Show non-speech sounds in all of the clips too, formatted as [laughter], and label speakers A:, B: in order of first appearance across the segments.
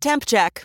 A: Temp check.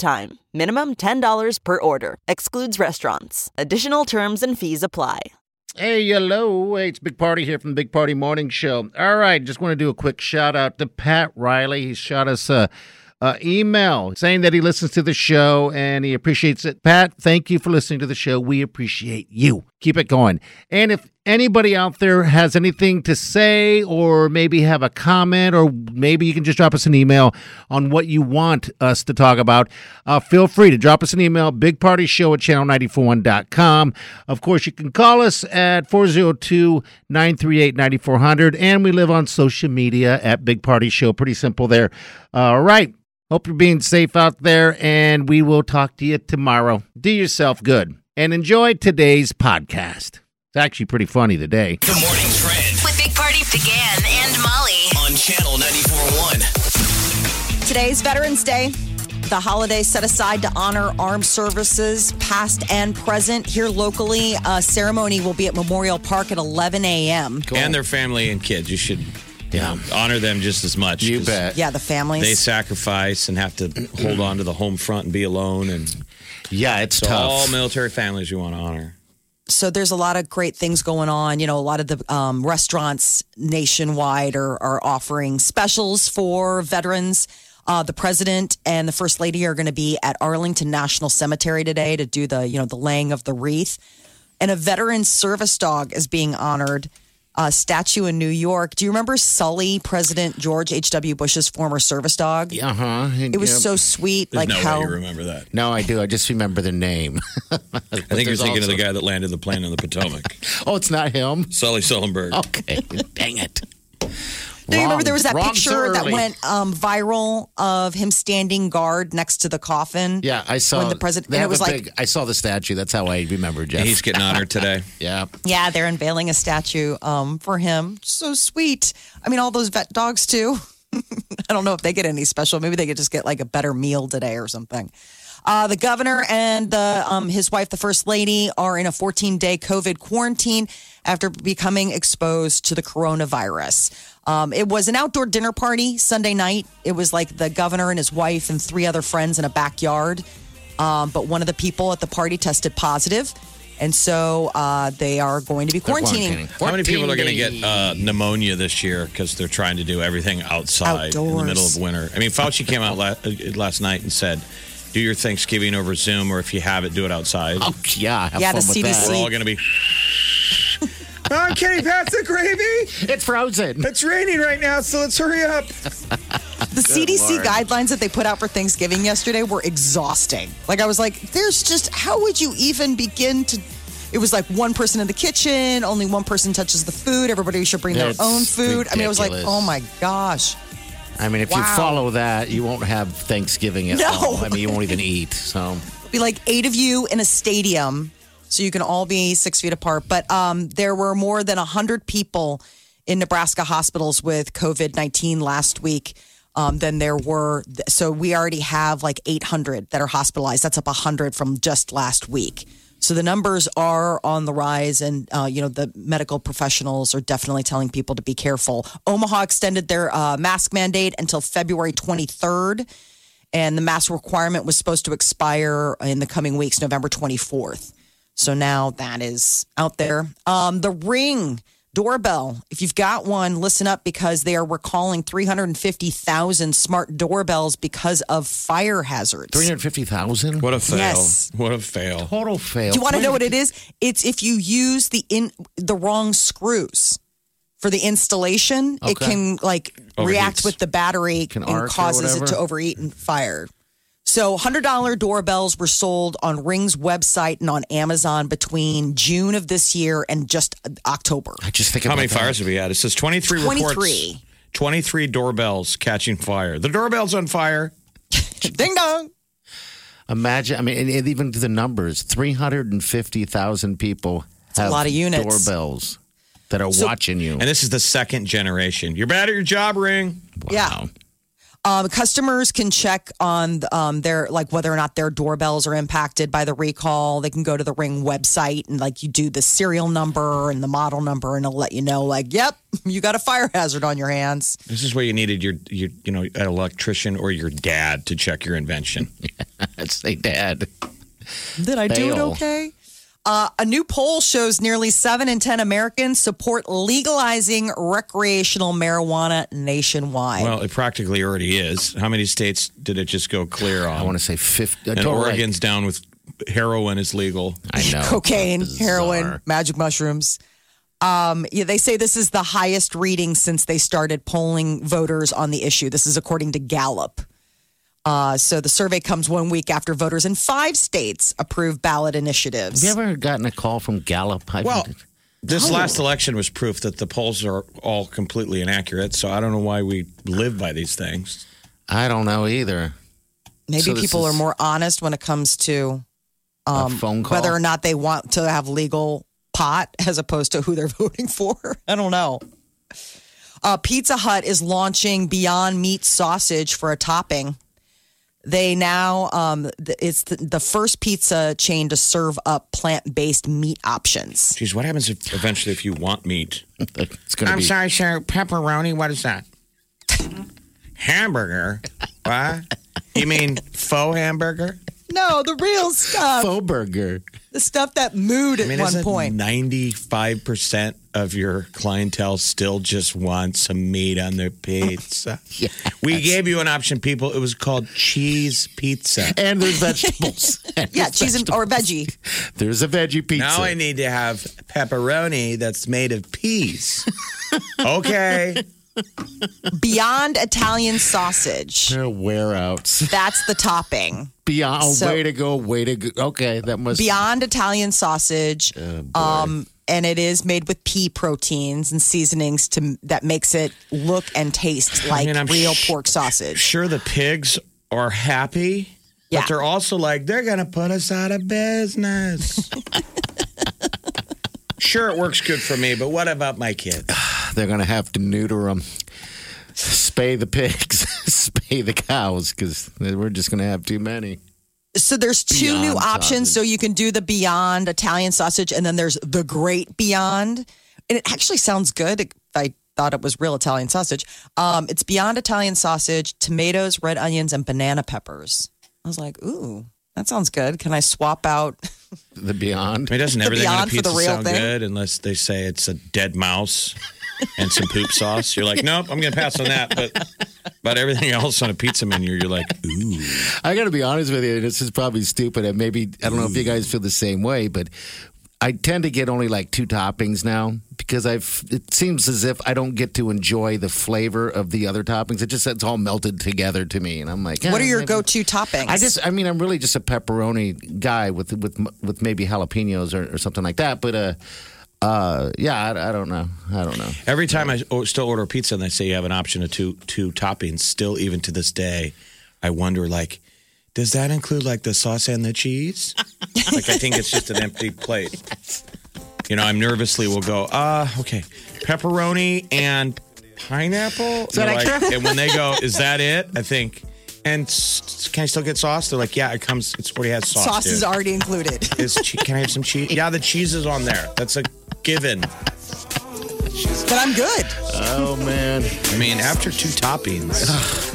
A: time. Minimum $10 per order. Excludes restaurants. Additional terms and fees apply.
B: Hey, hello. Hey, it's Big Party here from the Big Party Morning Show. All right, just want to do a quick shout out to Pat Riley. He shot us a, a email saying that he listens to the show and he appreciates it. Pat, thank you for listening to the show. We appreciate you. Keep it going. And if anybody out there has anything to say or maybe have a comment or maybe you can just drop us an email on what you want us to talk about, uh, feel free to drop us an email, bigpartyshow at channel941.com. Of course, you can call us at 402 938 9400. And we live on social media at Big Party Show. Pretty simple there. All right. Hope you're being safe out there. And we will talk to you tomorrow. Do yourself good and enjoy today's podcast. It's actually pretty funny today.
C: The morning trend
D: with Big Party began and Molly.
C: on channel 94.1.
E: Today's Veterans Day. The holiday set aside to honor armed services, past and present. Here locally, a ceremony will be at Memorial Park at 11 a.m.
F: and their family and kids. You should you know, honor them just as much.
B: You
F: 'cause
B: bet.
E: Yeah, the families.
F: They sacrifice and have to hold on to the home front and be alone. And
B: Yeah, it's
F: so all
B: tough.
F: military families you want to honor.
E: so there's a lot of great things going on. You know, a lot of the um, restaurants nationwide are, are offering specials for veterans. Uh, the president and the first lady are going to be at Arlington National Cemetery today to do the you know the laying of the wreath, and a veteran service dog is being honored. A statue in New York. Do you remember Sully, President George H. W. Bush's former service dog?
B: Uh huh.
E: It was so sweet, like
F: There's no
E: how
F: way you remember that.
B: No, I do. I just remember the name. [laughs]
F: I think you're thinking of the guy that landed the plane on the
B: [laughs]
F: Potomac,
B: Oh, it's not him. [laughs]
F: Sully Sullenberg.
B: Okay.
E: [laughs]
B: Dang it.
E: Do you remember there was that
B: Wrong- wrong so
E: picture that
B: early.
E: went um, viral of him standing guard next to the coffin?
B: Yeah, I saw
E: when the president
B: They
E: and it
B: have
E: was
B: a
E: like
B: big- I saw the statue. That's how I remember Jeff.
F: And he's getting honored today.
B: yeah,
E: yeah, they're unveiling a statue um, for him. So sweet. I mean, all those vet dogs too. [laughs] I don't know if they get any special. Maybe they could just get like a better meal today or something. Uh, the governor and the um, his wife, the first lady, are in a 14 day COVID quarantine after becoming exposed to the coronavirus. Um, it was an outdoor dinner party Sunday night. It was like the governor and his wife and three other friends in a backyard. Um, but one of the people at the party tested positive, and so uh, they are going to be
B: They're
E: quarantining.
F: How many people are going to
B: 14
F: get uh, pneumonia this year because they're trying to do everything outside in the
E: Outdoors.
F: middle of winter? I mean, Fauci came out la- uh, last night and said, do your Thanksgiving over Zoom, or if you have it, do it outside.
B: Oh yeah, have
E: Yeah,
B: fun
E: the
B: with that.
F: We're
E: CDC.
F: all going
G: [laughs]
F: to be
G: Oh, can you pass the gravy?
B: It's frozen.
G: It's raining right now, so let's hurry up.
E: The CDC guidelines that they put out for Thanksgiving yesterday were exhausting. Like I was like, there's just how would you even begin to it was like one person in the kitchen, only one person touches the food, everybody should bring
B: That's
E: their own food. I mean, I was like,
B: ridiculous.
E: oh my gosh.
B: I mean, if you
E: Wow.
B: follow that, you won't have Thanksgiving at
E: No.
B: all. I mean, you won't even eat. So
E: [laughs] be like eight of you in a stadium, so you can all be six feet apart. But um, there were more than hundred people in Nebraska hospitals with COVID nineteen last week. Um, than there were, so we already have like 800 that are hospitalized. That's up 100 from just last week. So the numbers are on the rise, and uh, you know the medical professionals are definitely telling people to be careful. Omaha extended their uh, mask mandate until February 23rd and the mask requirement was supposed to expire in the coming weeks, November 24th. So now that is out there. Um, the Ring doorbell, if you've got one, listen up because they are recalling 350,000 smart doorbells because of fire hazards.
B: three hundred fifty thousand.
F: What a fail.
E: Yes.
F: What a fail.
B: total fail?
E: Do you want to know what it is? It's if you use the in the wrong screws for the installation, it
B: Okay.
E: can like react
F: Overheats.
E: with the battery
B: Can
E: and
B: arc or
E: causes it to
B: whatever.
E: overeat and fire. So, $100 doorbells were sold on Ring's website and on Amazon between June of this year and just October.
B: I just think
F: How
B: about
F: many
B: that.
F: fires have we had? It says 23, reports.
E: 23.
F: 23 doorbells catching fire. The doorbell's on fire.
E: Ding dong.
B: Imagine, I mean, and, and even the numbers 350,000 people
E: a
B: have
E: lot of units.
B: doorbells that are watching you.
F: And this is the second generation. You're bad at your job, ring.
E: Yeah. Um, customers can check on um, their like whether or not their doorbells are impacted by the recall. They can go to the Ring website and like you do the serial number and the model number, and it'll let you know like, yep, you got a fire hazard on your hands.
F: This is where you needed your, your you know, an electrician or your dad to check your invention.
B: [laughs] That's they dad.
E: Did I do it
B: Fail.
E: okay? Uh, a new poll shows nearly seven in ten Americans support legalizing recreational marijuana nationwide.
F: Well, it practically already is. How many states did it just go clear on?
B: I want to say 50.
F: and Oregon's down with heroin is legal.
B: I know.
E: cocaine,
B: Bizarre.
E: heroin, magic mushrooms. Um, yeah, they say this is the highest reading since they started polling voters on the issue. This is according to Gallup. Uh, so the survey comes one week after voters in five states approve ballot initiatives.
B: Have you ever gotten a call from Gallup? I-
F: Well, this last election was proof that the polls are all completely inaccurate. So I don't know why we live by these things.
B: I don't know either. [laughs]
E: Maybe
B: So this
E: people
B: is-
E: are more honest when it comes to um,
B: a phone call.
E: whether or not they want to have legal pot [laughs] as opposed to who they're voting for. I don't know. Uh, Pizza Hut is launching Beyond Meat sausage for a topping. They now um, th- it's the, the first pizza chain to serve up plant based meat options.
F: Geez, what happens if eventually if you want meat?
B: it's going to be.
F: sir. Pepperoni. What is that? hamburger. What? You mean faux hamburger?
E: No, the
B: [laughs]
E: real stuff,
B: Faux burger.
E: the stuff that mooed at
F: I mean,
E: one
F: isn't
E: point.
F: ninety-five percent of your clientele still just want some meat on
E: [laughs]
F: their pizza? We gave you an option, people. It was called cheese pizza.
B: And there's vegetables.
E: [laughs]
B: And
E: yeah,
B: [laughs] there's
E: cheese and, or veggie.
B: veg- There's a veggie pizza.
F: Now I need to have pepperoni that's made of
E: [laughs]
F: peas. okay.
E: Beyond Italian
B: [laughs]
E: sausage.
B: They're wearouts.
E: That's the topping.
B: Beyond, oh,
E: So-
B: way to go, way to go. Okay, that must
E: Beyond Italian sausage.
F: Oh,
E: um, and it is made with pea proteins and seasonings to that makes it look and taste like
F: mean, I'm
E: real
F: sh-
E: pork sausage.
F: Sure, the pigs are happy,
E: Yeah.
F: but they're also like, they're going to put us out of
E: [laughs]
F: business. sure, it works good for me, but what about my kids?
B: they're going to have to neuter them. Spay the pigs, [laughs] spay the cows, because we're just going to have too many.
E: So there's two new
B: Beyond
E: options. So you can do the Beyond Italian sausage, and then there's the Great Beyond, and it actually sounds good. I thought it was real Italian sausage. Um, it's Beyond Italian sausage, tomatoes, red onions, and banana peppers. I was like, ooh, that sounds good. Can I swap out?
B: The Beyond.
F: I mean, doesn't
E: [laughs] The
F: everything on a
E: Beyond for
F: pizza
E: the real
F: sound
E: thing?
F: good unless they say it's a dead mouse and some poop sauce? You're like, nope, I'm going to pass on that. But about everything else on a pizza menu, you're like, ooh.
B: I got to be honest with you. This is probably stupid, and maybe I don't know if you guys feel the same way, but I tend to get only like two toppings now because I've. It seems as if I don't get to enjoy the flavor of the other toppings. It just it's all melted together to me, and I'm like,
E: What
B: eh,
E: are your
B: maybe-
E: go-to toppings?
B: I just, I mean, I'm really just a pepperoni guy with with with maybe jalapenos or, or something like that. But uh, uh, yeah, I, I don't know, I don't know.
F: Every time I o- still order pizza and they say you have an option of two two toppings, still even to this day, I wonder like, does that include like the sauce and the cheese? like I think it's just an empty plate. You know, I'm nervously will go, uh, okay, pepperoni and pineapple.
B: that
F: And you're
B: extra?
F: like- and when they go, is that it? I think. And s- can I still get sauce? They're like, yeah, it comes. It's already has sauce.
E: sauce is
F: dude.
E: already
B: [laughs]
E: included.
F: Is che- can I have some cheese? Yeah, the cheese is on there. That's a given.
E: But I'm good.
B: Oh man,
F: I mean, after two toppings,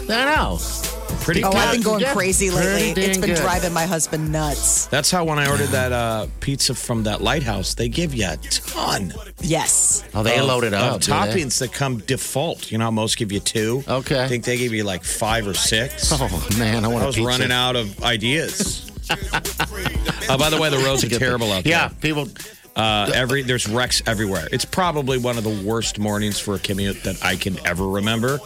B: I know.
F: pretty.
E: Oh, I've
F: good.
E: been going
B: Yeah,
E: crazy lately.
B: pretty
E: It's
B: dang
E: been
B: good.
E: driving my husband nuts.
F: That's how when I ordered that uh, pizza from that lighthouse, they give you a ton
E: Yes.
B: Oh, they
F: of,
B: loaded up
F: of
B: do they?
F: toppings that come default. You know, how most give you two.
B: Okay.
F: I think they give you like five or six.
B: [laughs] Oh man, I want.
F: I
B: a
F: was
B: pizza.
F: running out
B: [laughs]
F: of ideas. oh, by the way, the roads are terrible out
B: Yeah,
F: there.
B: people.
F: Uh, every there's wrecks everywhere. It's probably one of the worst mornings for a commute that I can ever remember.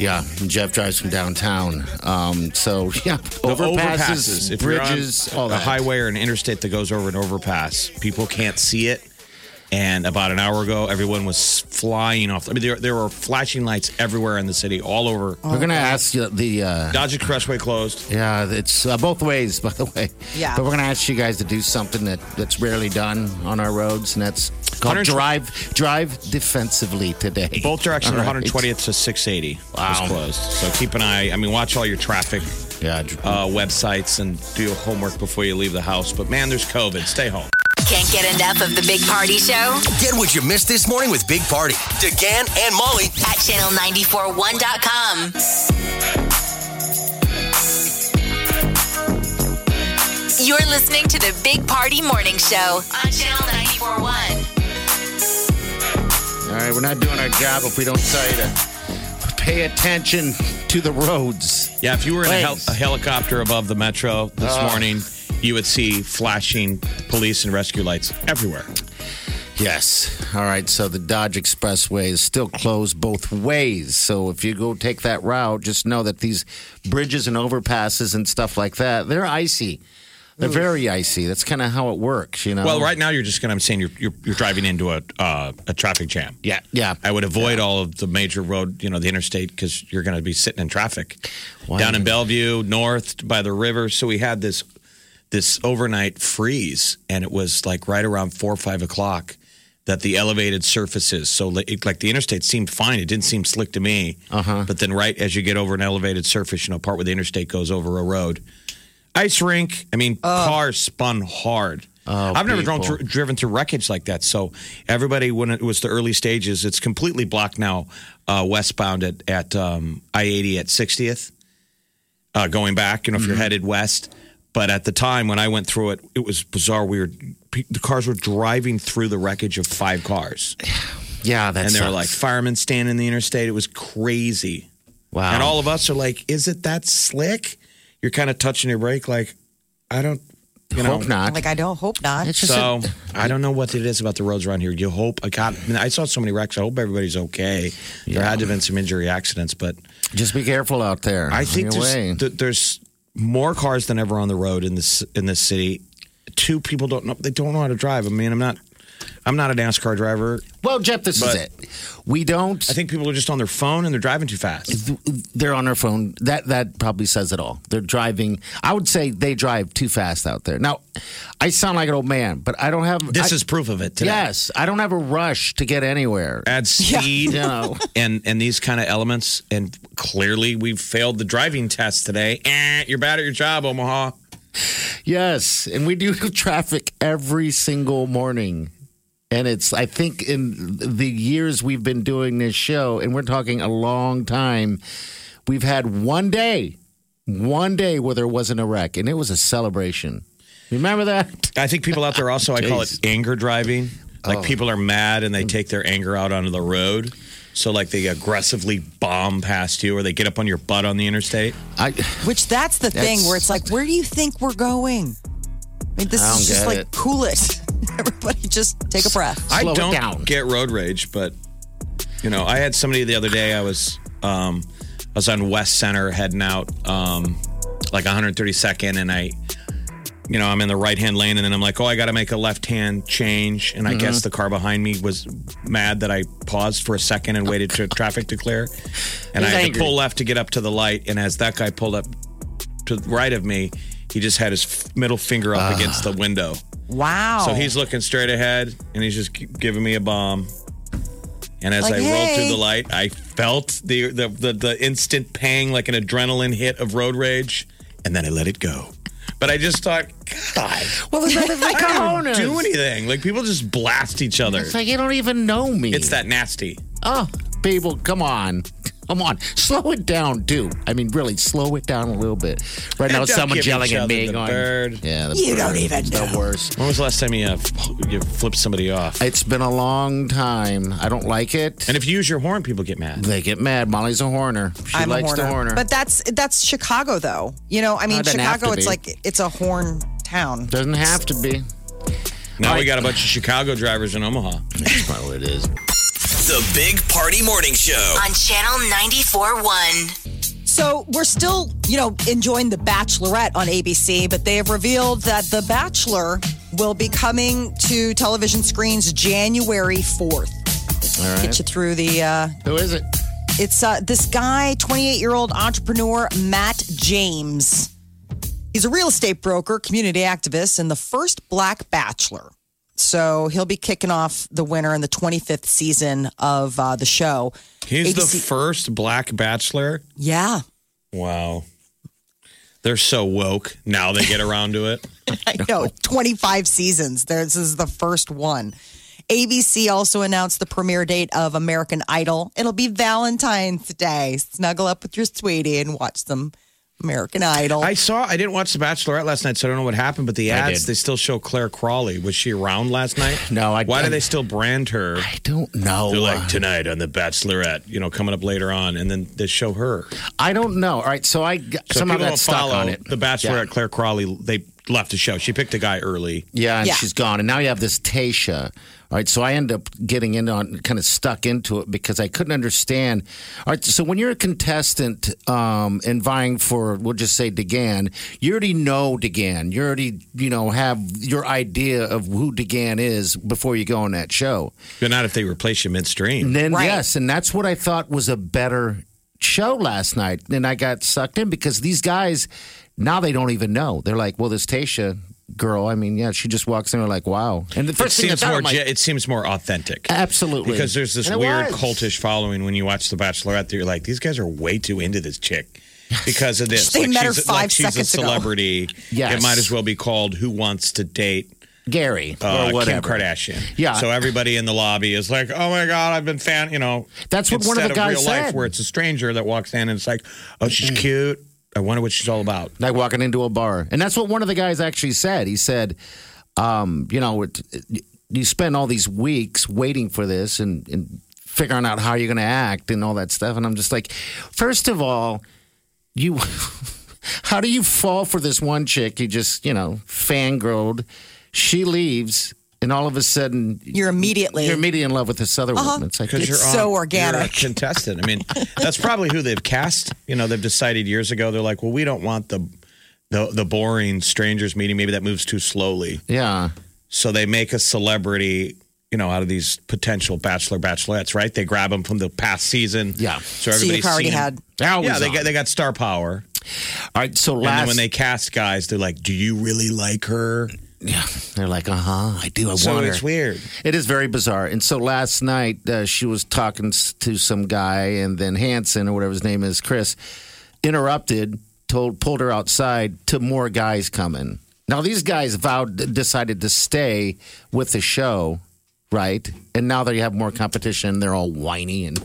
B: Yeah, Jeff drives from downtown. Um, so yeah,
F: The
B: overpasses,
F: if you're on
B: bridges, all
F: a
B: that.
F: highway or an interstate that goes over an overpass, people can't see it. And about an hour ago, everyone was flying off. I mean, there, there were flashing lights everywhere in the city, all over.
B: We're gonna ask you the. Uh,
F: Dodge Expressway closed.
B: yeah, it's uh, both ways, [laughs] by the way.
E: Yeah.
B: But we're going to ask you guys to do something that, that's rarely done on our roads, and that's called
F: 120
B: drive drive defensively today.
F: Both directions,
B: All right.
F: 120th to 680
B: Wow.
F: was closed. So keep an eye. I mean, watch all your traffic
B: Yeah, dr-
F: uh, websites and do your homework before you leave the house. But man, there's COVID. Stay home.
H: Can't get enough of the Big Party Show
D: Get what you missed this morning with Big Party, DeGan and Molly
H: at channel941.com. You're listening to the Big Party Morning Show on channel 941.
B: All right, we're not doing our job if we don't tell you to pay attention to the roads.
F: Yeah, if you were in a, hel-
B: Please.
F: a helicopter above the metro this morning, you would see flashing police and rescue lights everywhere.
B: Yes. All right, so the Dodge Expressway is still closed both ways. So if you go take that route, just know that these bridges and overpasses and stuff like that, they're icy. They're very icy. That's kind of how it works, you know.
F: Well, right now you're just going to. I'm saying you're, you're you're driving into a uh, a traffic jam.
B: Yeah, yeah.
F: I would avoid all of the major road, you know, the interstate, because you're going to be sitting in traffic
B: Why?
F: down in Bellevue, north by the river. So we had this this overnight freeze, and it was like right around four or five o'clock that the elevated surfaces. So li- it, like the interstate seemed fine; it didn't seem slick to me. Uh-huh. But then, right as you get over an elevated surface, you know, part where the interstate goes over a road, ice rink. I mean, cars spun hard. I've never driven
B: people.
F: through, driven through wreckage like that. So everybody, when it was the early stages, it's completely blocked now, uh, westbound at at um, I eighty at sixtieth, uh, going back. You know, if you're headed west. But at the time when I went through it, it was bizarre. We were pe- the cars were driving through the wreckage of five cars,
B: Yeah, that's
F: and there were like firemen standing in the interstate. It was crazy.
B: wow.
F: And all of us are like, is it that slick? You're kind of touching your brake, like, I don't, you know. Oh
B: hope not.
E: Like I don't hope not.
B: It's just
F: So
B: a-
F: I don't know what it is about the roads around here. You hope I got. I, mean, I saw so many wrecks. I hope everybody's okay. There had to have been some injury accidents, but
B: just be careful out there.
F: I
B: On
F: think
B: your
F: there's,
B: way.
F: th- there's more cars than ever on the road in this in this city. Two people don't know. They don't know how to drive. I mean, I'm not. I'm not a NASCAR driver.
B: Well, Jeff, this is
F: But-
B: it. We don't.
F: I think people are just on their phone and they're driving too fast.
B: they're on their phone. That that probably says it all. They're driving. I would say they drive too fast out there. Now, I sound like an old man, but I don't have.
F: This
B: I-
F: is proof of it. Today.
B: yes. I don't have a rush to get anywhere. [laughs]
F: add speed
B: You
F: [laughs]
B: know.
F: and and these kind of elements and clearly we've failed the driving test today eh, you're bad at your job omaha
B: yes, and we do [laughs] traffic every single morning. And it's, I think, in the years we've been doing this show, and we're talking a long time, we've had one day, one day where there wasn't a wreck, and it was a celebration. Remember that?
F: i think people out there also i call it anger driving like people are mad and they take their anger out onto the road so like they aggressively bomb past you or they get up on your butt on the interstate
B: I,
E: Which that's the thing
B: That's-
E: where it's like, where do you think we're going? I mean, this
B: I
E: is
B: don't
E: just
B: get
E: like
B: it.
E: cool it. [laughs] Everybody just take a breath.
F: I
B: Slow it
F: don't
B: down.
F: get road rage, but you know, I had somebody the other day. I was um, I was on West Center heading out um, like 132nd, and I, you know, I'm in the right hand lane, and then I'm like, oh, I got to make a left hand change, and
B: Mm-hmm.
F: I guess the car behind me was mad that I paused for a second and waited for traffic to clear, and I
B: He's
F: had to
B: angry.
F: pull left to get up to the light, and as that guy pulled up to the right of me. He just had his f- middle finger up against the window.
E: Wow.
F: So he's looking straight ahead and he's just g- giving me a bomb. And as
E: Like,
F: I rolled through
E: hey.
F: the light, I felt the, the the the instant pang like an adrenaline hit of road rage, and then I let it go. But I just thought, God,
B: Well, it's not [laughs] like
F: I don't do anything. Like people just blast each other.
B: It's like you don't even know me.
F: It's that nasty.
B: Oh, people, come on. Come on. Slow it down, dude. I mean, really, slow it down a little bit. Right now,
F: And don't
B: someone's
F: give
B: yelling
F: each
B: at
F: other
B: me.
F: the
B: going,
F: bird.
B: Yeah, the
E: You
B: bird
E: don't even
B: is the worst.
F: When was the last time you uh, f- you flipped somebody off?
B: It's been a long time. I don't like it.
F: And if you use your horn, people get mad.
B: they get mad. Molly's a horner. She
E: I'm
B: likes
E: a horner.
B: the horner.
E: But that's that's Chicago though. You know, I mean
B: It doesn't have
E: Chicago
B: to
E: it's
B: be.
E: like it's a horn town.
B: Doesn't have to be.
F: Now we got a bunch of Chicago drivers in Omaha.
B: That's probably what it is.
D: The Big Party Morning Show.
H: On channel 941.
E: So we're still, you know, enjoying The Bachelorette on ABC, but they have revealed that The Bachelor will be coming to television screens January 4th.
B: All right.
E: Get you through the. Uh,
B: Who is it?
E: it's uh, this guy, 28 year old entrepreneur Matt James. He's a real estate broker, community activist, and the first black bachelor. So he'll be kicking off the winner in the 25th season of uh, the show.
F: He's the
E: ABC
F: first black bachelor.
E: yeah.
F: Wow. They're so woke. Now they get around to it.
E: I know, 25 seasons. This is the first one. ABC also announced the premiere date of American Idol. It'll be Valentine's Day. Snuggle up with your sweetie and watch some American Idol.
F: [laughs] I saw, I didn't watch The Bachelorette last night, so I don't know what happened, but the
B: I
F: ads,
B: did.
F: they still show Claire Crawley. Was she around last night?
B: No, I-
F: Why
B: I-
F: do they still brand her?
B: I don't know.
F: They're like, tonight on The Bachelorette, you know, coming up later on, and then they show her.
B: I don't know. All right, so I g-
F: So
B: somehow
F: people
B: got
F: don't
B: stuck
F: follow
B: on it.
F: The
B: Yeah.
F: Bachelorette, Claire Crawley, they left the show. She picked a guy early.
B: Yeah, and
E: Yeah.
B: she's gone. And now you have this Tasha. All right, so I end up getting in on kind of stuck into it because I couldn't understand. All right, so when you're a contestant um, and vying for, we'll just say DeGan, you already know DeGan. You already, you know, have your idea of who DeGan is before you go on that show.
F: But not if they replace you midstream.
B: And then,
E: Right.
B: yes, and that's what I thought was a better show last night. And I got sucked in because these guys, now they don't even know. They're like, well, this Tasha girl, I mean, yeah, she just walks in and like, wow. And the
F: It
B: first thing I
F: seems
B: thought,
F: more
B: I'm like,
F: ge- it seems more authentic.
B: absolutely.
F: Because there's this
B: And it
F: weird
B: was.
F: cultish following when you watch The Bachelorette that you're like, these guys are way too into this chick because
B: [laughs]
F: of this.
E: They
F: like
E: met her
F: she's,
E: five
F: like she's a
E: seconds ago.
F: celebrity.
B: Yes.
F: It might as well be called Who Wants to Date
B: Gary
F: uh,
B: or whatever.
F: Kim Kardashian.
B: Yeah.
F: So everybody in the lobby is like, oh my God, I've been fan, you know.
B: That's what one of
F: instead
B: the guys
F: real life
B: said. Mm.
F: where it's a stranger that walks in and it's like, oh, she's cute. I wonder what she's all about.
B: Like walking into a bar. And that's what one of the guys actually said. He said, um, you know, it, it- you spend all these weeks waiting for this and, and figuring out how you're going to act and all that stuff. And I'm just like, first of all, you [laughs] how do you fall for this one chick you just you know fangirled she leaves and all of a sudden
E: You're immediately.
B: you're immediately in love with this other
F: Uh-huh.
B: woman it's like
F: Because
E: It's
F: you're
E: so
F: on-
E: organic.
F: you're a contestant. I mean, that's probably who they've cast. You know, they've decided years ago. They're like, well, we don't want the the the boring strangers meeting. Maybe that moves too slowly.
B: yeah
F: So they make a celebrity. You know, out of these potential bachelor bachelorettes, right? They grab them from the past season.
B: Yeah.
E: So
F: So everybody's
E: you've already
F: seen-
E: had.
B: They're always
F: Yeah, they
B: on.
F: got they got star power.
B: all right so
F: And
B: last
F: then when they cast guys, they're like, "Do you really like her?"
B: yeah, they're like uh-huh i do i
F: So
B: want
F: it's
B: her
F: weird.
B: It is very bizarre. And so last night, uh, she was talking s- to some guy, and then Hanson or whatever his name is, Chris, interrupted, told, pulled her outside to more guys coming. Now these guys vowed, decided to stay with the show, right? And now they have more competition. They're all whiny and [laughs]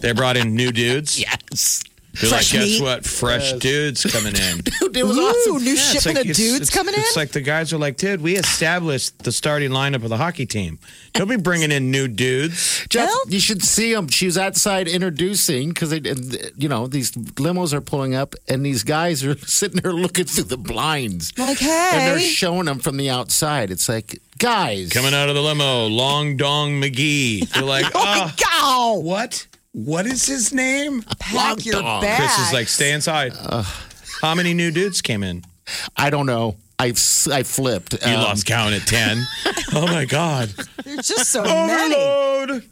F: They brought in new dudes.
B: yes,
F: They're like,
E: Fresh
F: guess
E: meat."
F: what? Fresh dudes coming in.
B: it was
E: Ooh,
B: awesome.
E: new
F: Yeah, it's
E: shipment
F: like-
E: of
F: it's-
E: dudes
F: it's-
E: coming in?
F: It's like the guys are like, dude, we established the starting lineup of the hockey team. Don't be bringing in new dudes.
B: Jeff,
E: Well-
B: you should see them. She was outside introducing because they, and, you know, these limos are pulling up, and these guys are [laughs] sitting there looking through the blinds.
E: Like,
B: and they're
E: hey.
B: showing them from the outside. It's like, guys,
F: Coming out of the limo, Long Dong McGee.
E: [laughs]
F: They're like, oh,
E: Go!
F: what? What is his name?
E: Pack your
B: dog.
E: bag.
F: Chris is like, stay inside. How many new dudes came in?
B: I don't know. I s- I flipped.
F: You
B: Um,
F: lost count
E: [laughs]
F: at 10. oh my God.
E: There's just so
F: "Oh,
E: many.
F: Overload.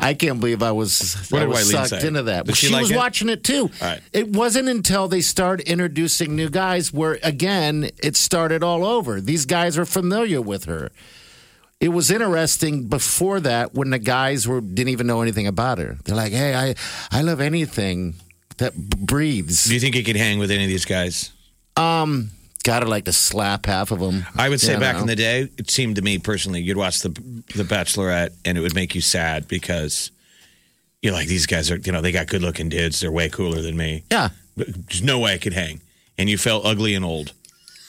B: I can't believe I was,
F: What
B: I
F: did
B: was
F: Wileen
B: sucked
F: say?
B: into that.
F: Did
B: she
F: she like
B: was
F: it?
B: watching it too.
F: All right.
B: It wasn't until they started introducing new guys where again it started all over. These guys are familiar with her. It was interesting before that when the guys were didn't even know anything about her. They're like, "Hey, I I love anything that b- breathes."
F: Do you think you could hang with any of these guys?
B: Um, gotta like to slap half of them.
F: I would say
B: You
F: back
B: know?
F: in the day, it seemed to me personally, you'd watch the the Bachelorette, and it would make you sad because you're like, these guys are, you know, they got good looking dudes. They're way cooler than me.
B: yeah.
F: But There's no way I could hang. And you felt ugly and old.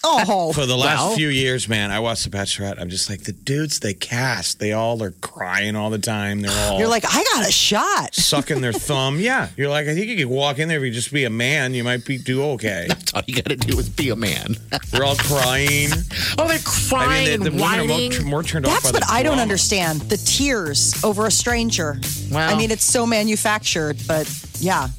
E: Oh,
F: For the last
B: Well-
F: few years, man, I watched the Bachelorette. I'm just like, the dudes they cast, they all are crying all the time. They're all
E: you're like, [laughs] I got a shot.
F: [laughs] sucking their thumb. Yeah, you're like, I think you could walk in there if you just be a man, you might be do
E: [laughs]
F: okay.
B: That's all you got to do is be a man.
F: They're all crying.
B: oh, they're
F: I mean,
B: crying,
F: the, the women are
B: whining.
F: more, more turned off.
E: That's
F: by
E: what
F: the
E: I don't
F: drama.
E: understand. The tears over a stranger.
B: Wow.
E: I mean, it's so manufactured, but yeah. [laughs]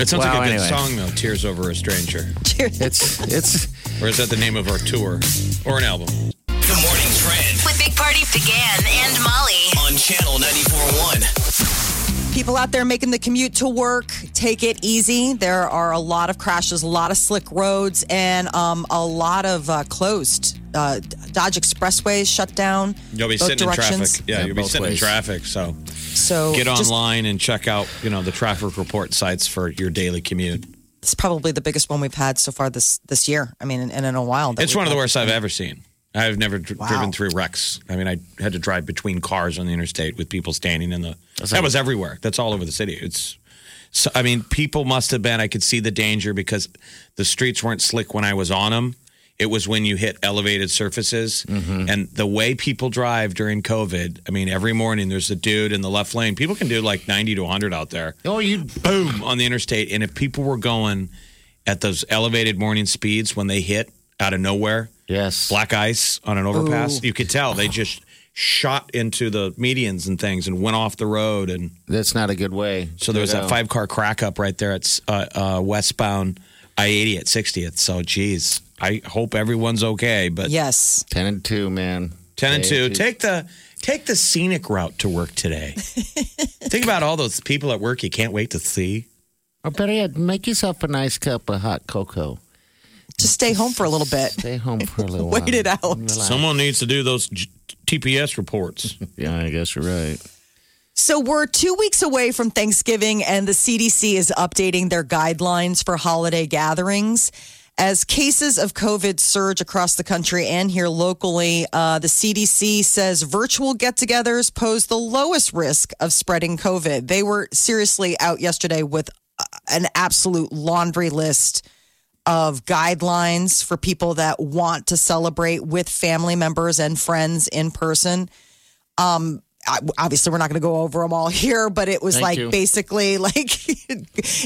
F: It sounds
I: Wow,
F: like a good
I: anyway.
F: song though. Tears over a stranger,
I: It's it's
F: or is that the name of our tour or an album?
D: Good morning, trend
H: With Big Party began and Molly.
D: on channel 941.
E: People out there making the commute to work, take it easy. There are a lot of crashes, a lot of slick roads, and um, a lot of uh, closed uh, Dodge expressways shut down.
F: You'll be
E: both
F: sitting in
E: directions.
F: traffic. Yeah,
I: Yeah,
F: you'll be
I: both
F: sitting in
I: ways.
F: traffic. So
E: So
F: get
E: just-
F: online and check out you know the traffic report sites for your daily commute.
E: it's probably the biggest one we've had so far this this year. I mean, and, and in a while. that
F: It's
E: we've
F: one of the
E: had-
F: worst I've ever seen. I've never dr-
E: Wow.
F: driven through wrecks. I mean, I had to drive between cars on the interstate with people standing in the. that was everywhere. That's all over the city. It's. So, I mean, people must have been. I could see the danger because the streets weren't slick when I was on them. It was when you hit elevated surfaces. And the way people drive during COVID, I mean, every morning there's a dude in the left lane. People can do like 90 to 100 out there
I: oh you
F: boom on the interstate. And if people were going at those elevated morning speeds when they hit out of nowhere,
I: yes
F: black ice on an overpass, you could tell they just shot into the medians and things and went off the road. And
I: that's not a good way.
F: so there was
I: No.
F: that five car crack up right there at uh, uh, westbound I 80 at 60th. So, geez, I hope everyone's okay. But
E: Yes.
I: ten and two man
F: 10 and 2,
I: Hey,
F: take the. Take the scenic route to work today. Think about all those people at work you can't wait to see.
I: Or Oh, better yet, make yourself a nice cup of hot cocoa.
E: Just stay home for a little bit. [laughs]
I: Stay home for a little while.
E: Wait it out.
F: Someone needs to do those G- TPS reports.
I: Yeah, I guess you're right.
E: So we're two weeks away from Thanksgiving, and the CDC is updating their guidelines for holiday gatherings. As cases of COVID surge across the country and here locally, uh, the CDC says virtual get togethers pose the lowest risk of spreading COVID. They were seriously out yesterday with uh, an absolute laundry list of guidelines for people that want to celebrate with family members and friends in person. Um, I, obviously we're not going to go over them all here, but it was
I: Thank
E: like
I: you.
E: basically [laughs] like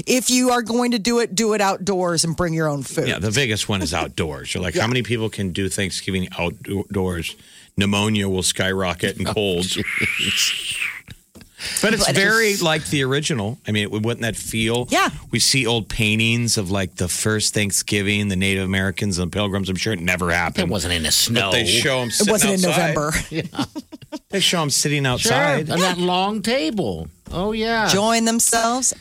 E: if you are going to do it, do it outdoors and bring your own food.
F: [laughs] Yeah, the biggest one is outdoors. You're like, how many people can do Thanksgiving outdoors? Pneumonia will skyrocket and colds. Oh, but it's
E: But
F: very
E: it's-
F: like the original. I mean, it, wouldn't that feel?
E: Yeah.
F: We see old paintings of like the first Thanksgiving, the Native Americans and pilgrims. I'm sure it never happened.
I: It wasn't in the snow.
F: They show them
E: it
F: sitting
E: wasn't in
F: outside.
E: November.
F: They show them sitting
I: Sure,
F: outside.
I: on that long table. Oh yeah.
E: Join themselves.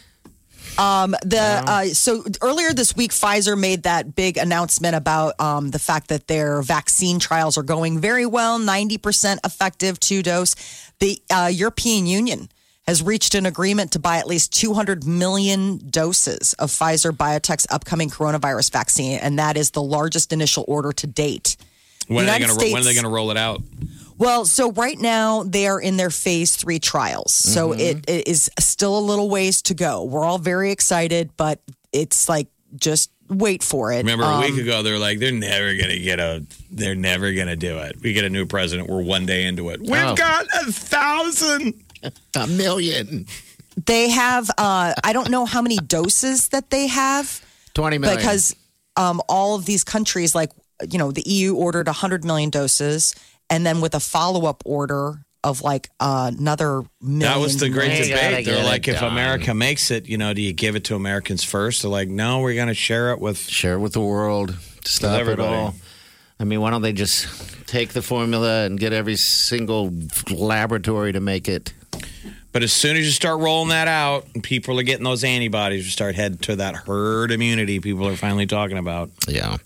E: Um, the uh, so earlier this week, Pfizer made that big announcement about um, the fact that their vaccine trials are going very well, ninety percent effective two dose. The uh, European Union has reached an agreement to buy at least two hundred million doses of Pfizer Biotech's upcoming coronavirus vaccine, and that is the largest initial order to date.
F: When are, they
E: United
F: gonna, ro- when are they
E: States-
F: going to roll it out?
E: Well, so right now they are in their phase three trials. So
F: Mm-hmm.
E: it, it is still a little ways to go. We're all very excited, but it's like just wait for it. Um,
F: Remember a week ago, they're like, they're never gonna get a, they're never gonna do it. We get a new president. We're one day into it. We've
I: Oh.
F: got a thousand.
I: A million.
E: They have, uh, I don't know how many doses that they have
I: Twenty million.
E: because um, all of these countries, like, you know, the EU ordered 100 million doses and then with a follow up order of like uh, another million.
F: That was the great
I: They gotta
F: debate.
I: get
F: They're
I: it
F: like, if
I: done.
F: America makes it, you know, do you give it to Americans first? They're like, no, we're gonna share it with.
I: share with the world. Stop it
F: everybody.
I: all. I mean, why don't they just take the formula and get every single laboratory to make it?
F: But as soon as you start rolling that out, and people are getting those antibodies, you start heading to that herd immunity. People are finally talking about.
I: Yeah.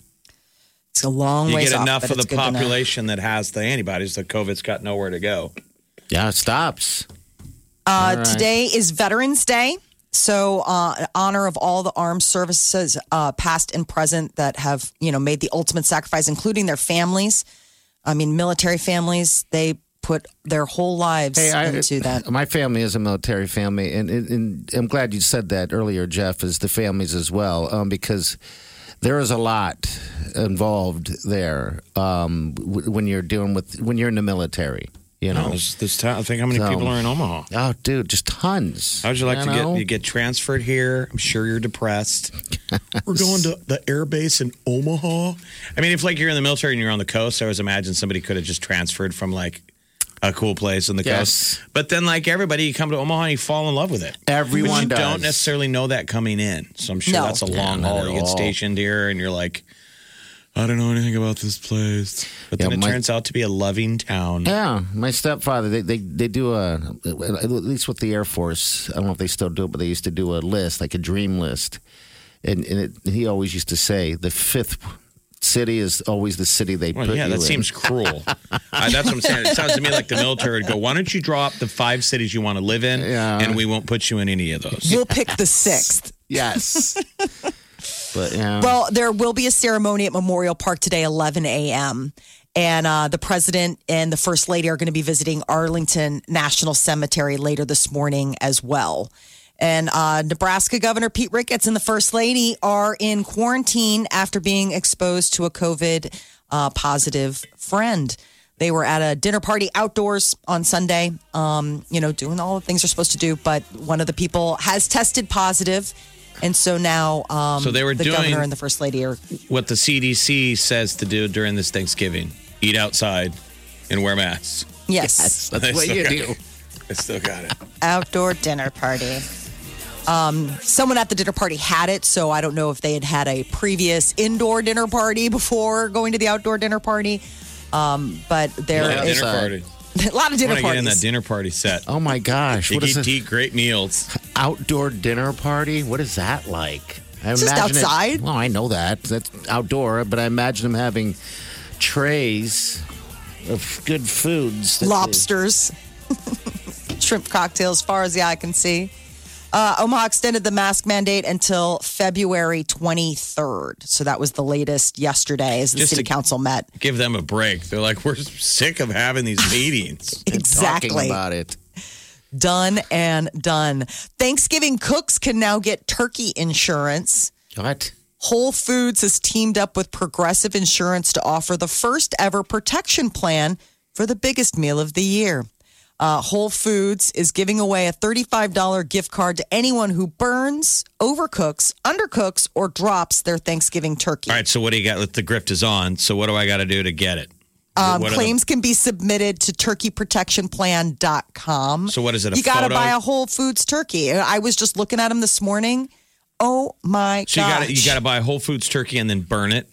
E: It's a long
F: You
E: ways
F: get
E: off,
F: enough
E: but
F: of the
E: it's good to know.
F: population that has the antibodies, the COVID's got nowhere to go.
I: Yeah, it stops.
E: Uh,
I: All right.
E: Today is Veterans Day. So, uh, in honor of all the armed services, uh, past and present, that have you know made the ultimate sacrifice, including their families. I mean, military families. They put their whole lives into
I: [laughs]
E: that.
I: My family is a military family, and, and, and I'm glad you said that earlier, Jeff, is the families as well, um, because there is a lot involved there um, w- when you're dealing with when you're in the military. You know,
F: This, this town, I think how many
I: So-
F: people are in Omaha?
I: oh, dude, just tons.
F: How'd you like to
I: know?
F: get you get transferred here? I'm sure you're
B: [laughs]
F: depressed. We're going to the air base in Omaha. I mean, if like you're in the military and you're on the coast, I always imagine somebody could have just transferred from like a a cool place in the
I: Yes.
F: coast. But then, like everybody, you come to Omaha and you fall in love with it.
B: Everyone
F: but you
B: does.
F: don't necessarily know that coming in. So I'm sure
E: No.
F: that's a
B: Yeah,
F: long
B: not
F: haul.
B: at
F: You get
B: all.
F: stationed here and you're like, I don't know anything about this place. But
B: Yeah,
F: then it
B: my-
F: turns out to be a loving town.
B: Yeah, my stepfather they, they they do a at least with the Air Force. I don't know if they still do it, but they used to do a list like a dream list, and and it, he always used to say the fifth city is always the city they
F: Well,
B: put
F: yeah,
B: you
F: that
B: in.
F: seems
B: [laughs]
F: cruel. uh, that's what I'm saying. It sounds to me like the military would go, why don't you draw up the five cities you want to live in,
B: Yeah.
F: and we won't put you in any of those.
E: You'll pick the sixth.
F: [laughs]
B: yes. but yeah,
E: Well, there will be a ceremony at Memorial Park today, 11 a.m. And uh, the president and the first lady are going to be visiting Arlington National Cemetery later this morning as well. And uh, Nebraska Governor Pete Ricketts and the first lady are in quarantine after being exposed to a COVID uh, positive friend. They were at a dinner party outdoors on Sunday, um, you know, doing all the things they're supposed to do. But one of the people has tested positive, and so now um,
F: So they were
E: the
F: doing-
E: governor and the first lady are
F: What the CDC says to do during this Thanksgiving eat outside and wear masks.
E: yes,
F: I
I: That's what
F: still
I: you
F: got
I: do.
F: it. I still got it.
E: outdoor dinner party. Um, someone at the dinner party had it, so I don't know if they had had a previous indoor dinner party before going to the outdoor dinner party. Um, but there
F: Yeah,
E: is
F: dinner party.
E: [laughs] a lot of
F: I want
E: dinner
F: to get in that
E: parties.
F: dinner party set.
B: oh my gosh,
F: You
B: what is
F: get
B: an
F: to eat great meals.
B: outdoor dinner party? What is that like? I
E: It's just
B: imagine it-
E: outside.
B: well, I know that that's outdoor, but I imagine them having trays of good foods, that they-
E: lobsters, [laughs] shrimp cocktails, far as the eye can see. Uh, Omaha extended the mask mandate until February 23rd. So that was the latest yesterday as the
F: Just
E: city
F: to-
E: council met.
F: Give them a break. They're like, we're sick of having these meetings.
E: Exactly.
B: talking about it.
E: Done and done. Thanksgiving cooks can now get turkey insurance.
B: What?
E: Whole Foods has teamed up with Progressive Insurance to offer the first ever protection plan for the biggest meal of the year. Uh, Whole Foods is giving away a $35 gift card to anyone who burns, overcooks, undercooks, or drops their Thanksgiving turkey.
F: All right, so what do you got? The grift is on. So what do I got to do to get it?
E: um,
F: What are the-
E: claims can be submitted to turkeyprotectionplan.com.
F: So what is it, a
E: you got to
F: photo?
E: buy a Whole Foods turkey. I was just looking at them this morning. Oh my
F: so you
E: gosh.
F: got you got to buy Whole Foods turkey and then burn it,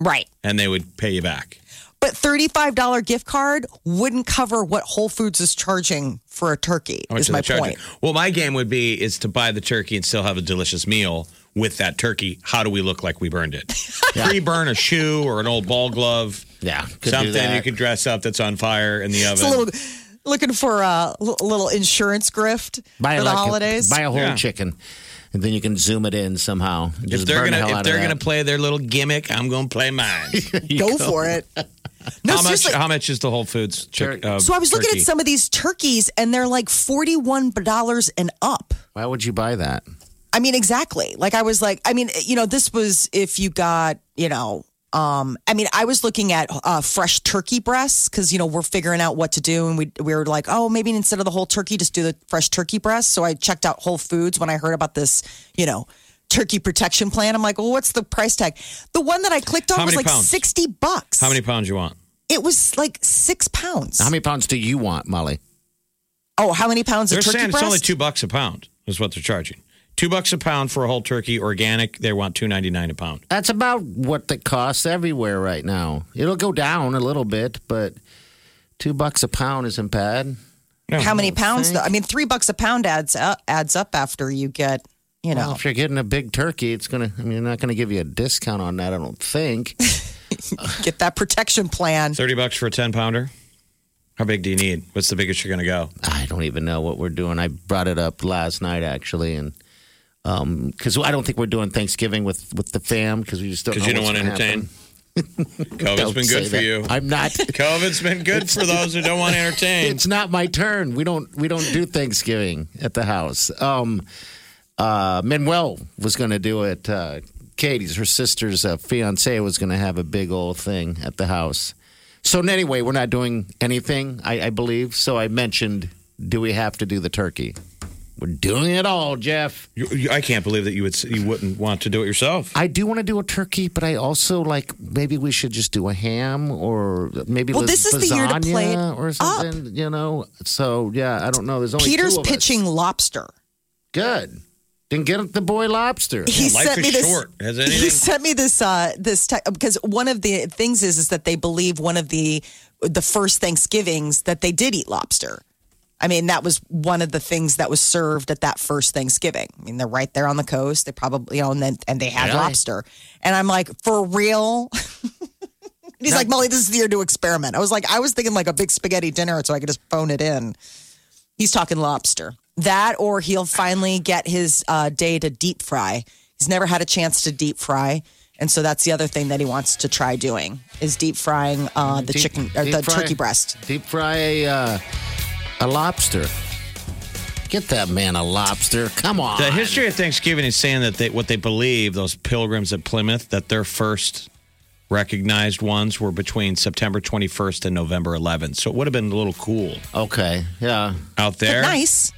E: right.
F: and they would pay you back.
E: But $35 gift card wouldn't cover what Whole Foods is charging for a turkey,
F: How much
E: is
F: are they
E: my
F: Oh, charging?
E: point.
F: Well, my game would be is to buy the turkey and still have a delicious meal with that turkey. How do we look like we
E: [laughs]
F: burned it? Pre-burn a shoe or an old ball glove.
B: Yeah, could do
F: something
B: that.
F: you could dress up that's on fire in the
E: It's
F: oven.
E: a little looking for a l- little insurance grift
B: buy
E: for the
B: like a-
E: holidays.
B: buy a whole
F: Yeah.
B: chicken, and then you can zoom it in somehow.
F: if
B: Just
F: they're
B: burn the
F: gonna
B: hell
F: if
B: out
F: they're
B: of
F: gonna
B: that.
F: play their little gimmick, I'm gonna play mine.
E: Go for
B: [laughs]
E: it. [laughs] No,
F: how much?
E: seriously.
F: How much is the Whole Foods? Chick, uh,
E: so I was looking
F: turkey?
E: at some of these turkeys and they're like $41 and up.
B: why would you buy that?
E: I mean, exactly. Like I was like, I mean, you know, this was if you got, you know, um, I mean, I was looking at uh, fresh turkey breasts because you know we're figuring out what to do, and we we were like, oh, maybe instead of the whole turkey, just do the fresh turkey breasts. So I checked out Whole Foods when I heard about this, you know, turkey protection plan. I'm like, well, what's the price tag? The one that I clicked on
F: How
E: was
F: many
E: like
F: pounds?
E: sixty bucks.
F: How many pounds you want?
E: It was like six pounds.
B: How many pounds do you want, Molly?
E: oh, how many pounds
F: They're
E: of turkey
F: saying it's
E: breast?
F: only two bucks a pound is what they're charging. Two bucks a pound for a whole turkey, organic. They want two ninety nine a pound.
B: That's about what the costs everywhere right now. It'll go down a little bit, but two bucks a pound isn't bad.
E: how
F: Oh,
E: many pounds? Though? I mean, three bucks a pound adds up, adds up after you get. You know,
B: Well, if you're getting a big turkey, it's gonna. I mean, they're not gonna give you a discount on that. I don't think.
E: get that protection plan.
F: Thirty bucks for a ten pounder. How big do you need? What's the biggest you're gonna go?
B: I don't even know what we're doing. I brought it up last night actually, and because I don't think we're doing Thanksgiving with with the fam because we just don't.
F: Because you don't want
B: what's
F: to
B: gonna
F: entertain.
B: happen. [laughs]
F: COVID's
B: Don't
F: been
B: say
F: good for
B: that.
F: you.
B: I'm
F: [laughs]
B: not. [laughs]
F: COVID's been good for those who don't want to entertain.
B: it's not my turn. We don't we don't do Thanksgiving at the house. Um, uh, Manuel was going to do it. Uh, Katie's her sister's uh, fiance was going to have a big old thing at the house. So anyway, we're not doing anything. I, I believe. So I mentioned, do we have to do the turkey? We're doing it all, Jeff.
F: You, you, I can't believe that you would s- you wouldn't want to do it yourself.
B: I do want to do a turkey, but I also like maybe we should just do a ham or maybe
E: Well,
B: las-
E: this is the year to
B: lasagna
E: play it
B: or
E: up.
B: something. You know, so yeah, I don't know. There's only
E: Peter's
B: two of us.
E: pitching lobster.
B: Good. Then get the boy lobster.
E: He
F: life
E: sent
F: is
E: me this.
F: short.
E: [laughs]
F: Has
E: He
F: anything?
E: sent me this uh, this te- because one of the things is is that they believe one of the the first Thanksgivings that they did eat lobster. I mean, that was one of the things that was served at that first Thanksgiving. I mean, they're right there on the coast. They probably, you know, and then and they had
B: Really?
E: lobster. And I'm like, for real. He's like, Molly, this is the year to experiment. I was like, I was thinking like a big spaghetti dinner, so I could just phone it in. He's talking lobster. That, or he'll finally get his uh, day to deep fry. He's never had a chance to deep fry, and so that's the other thing that he wants to try doing is deep frying uh, the
B: Mm,
E: [laughs]
B: Deep-
E: chicken or
B: deep
E: the
B: fry-
E: turkey breast.
B: Deep fry a, uh, a lobster. Get that man a lobster. Come on.
F: The history of Thanksgiving is saying that they, what they believe those pilgrims at Plymouth that their first recognized ones were between September 21st and November 11th. So it would have been a little cool
B: Okay. Yeah.
F: out there.
E: Nice,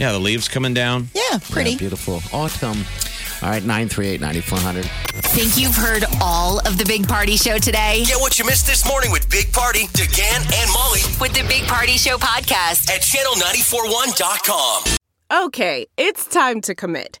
F: Yeah, the leaves coming down.
E: yeah, pretty.
B: Yeah, beautiful. Autumn. All right. 938 9400.
H: Think you've heard all of the Big Party Show today?
D: Get what you missed this morning with Big Party, DeGan and Molly
H: With the Big Party Show podcast.
D: at channel941.com.
J: Okay, it's time to commit.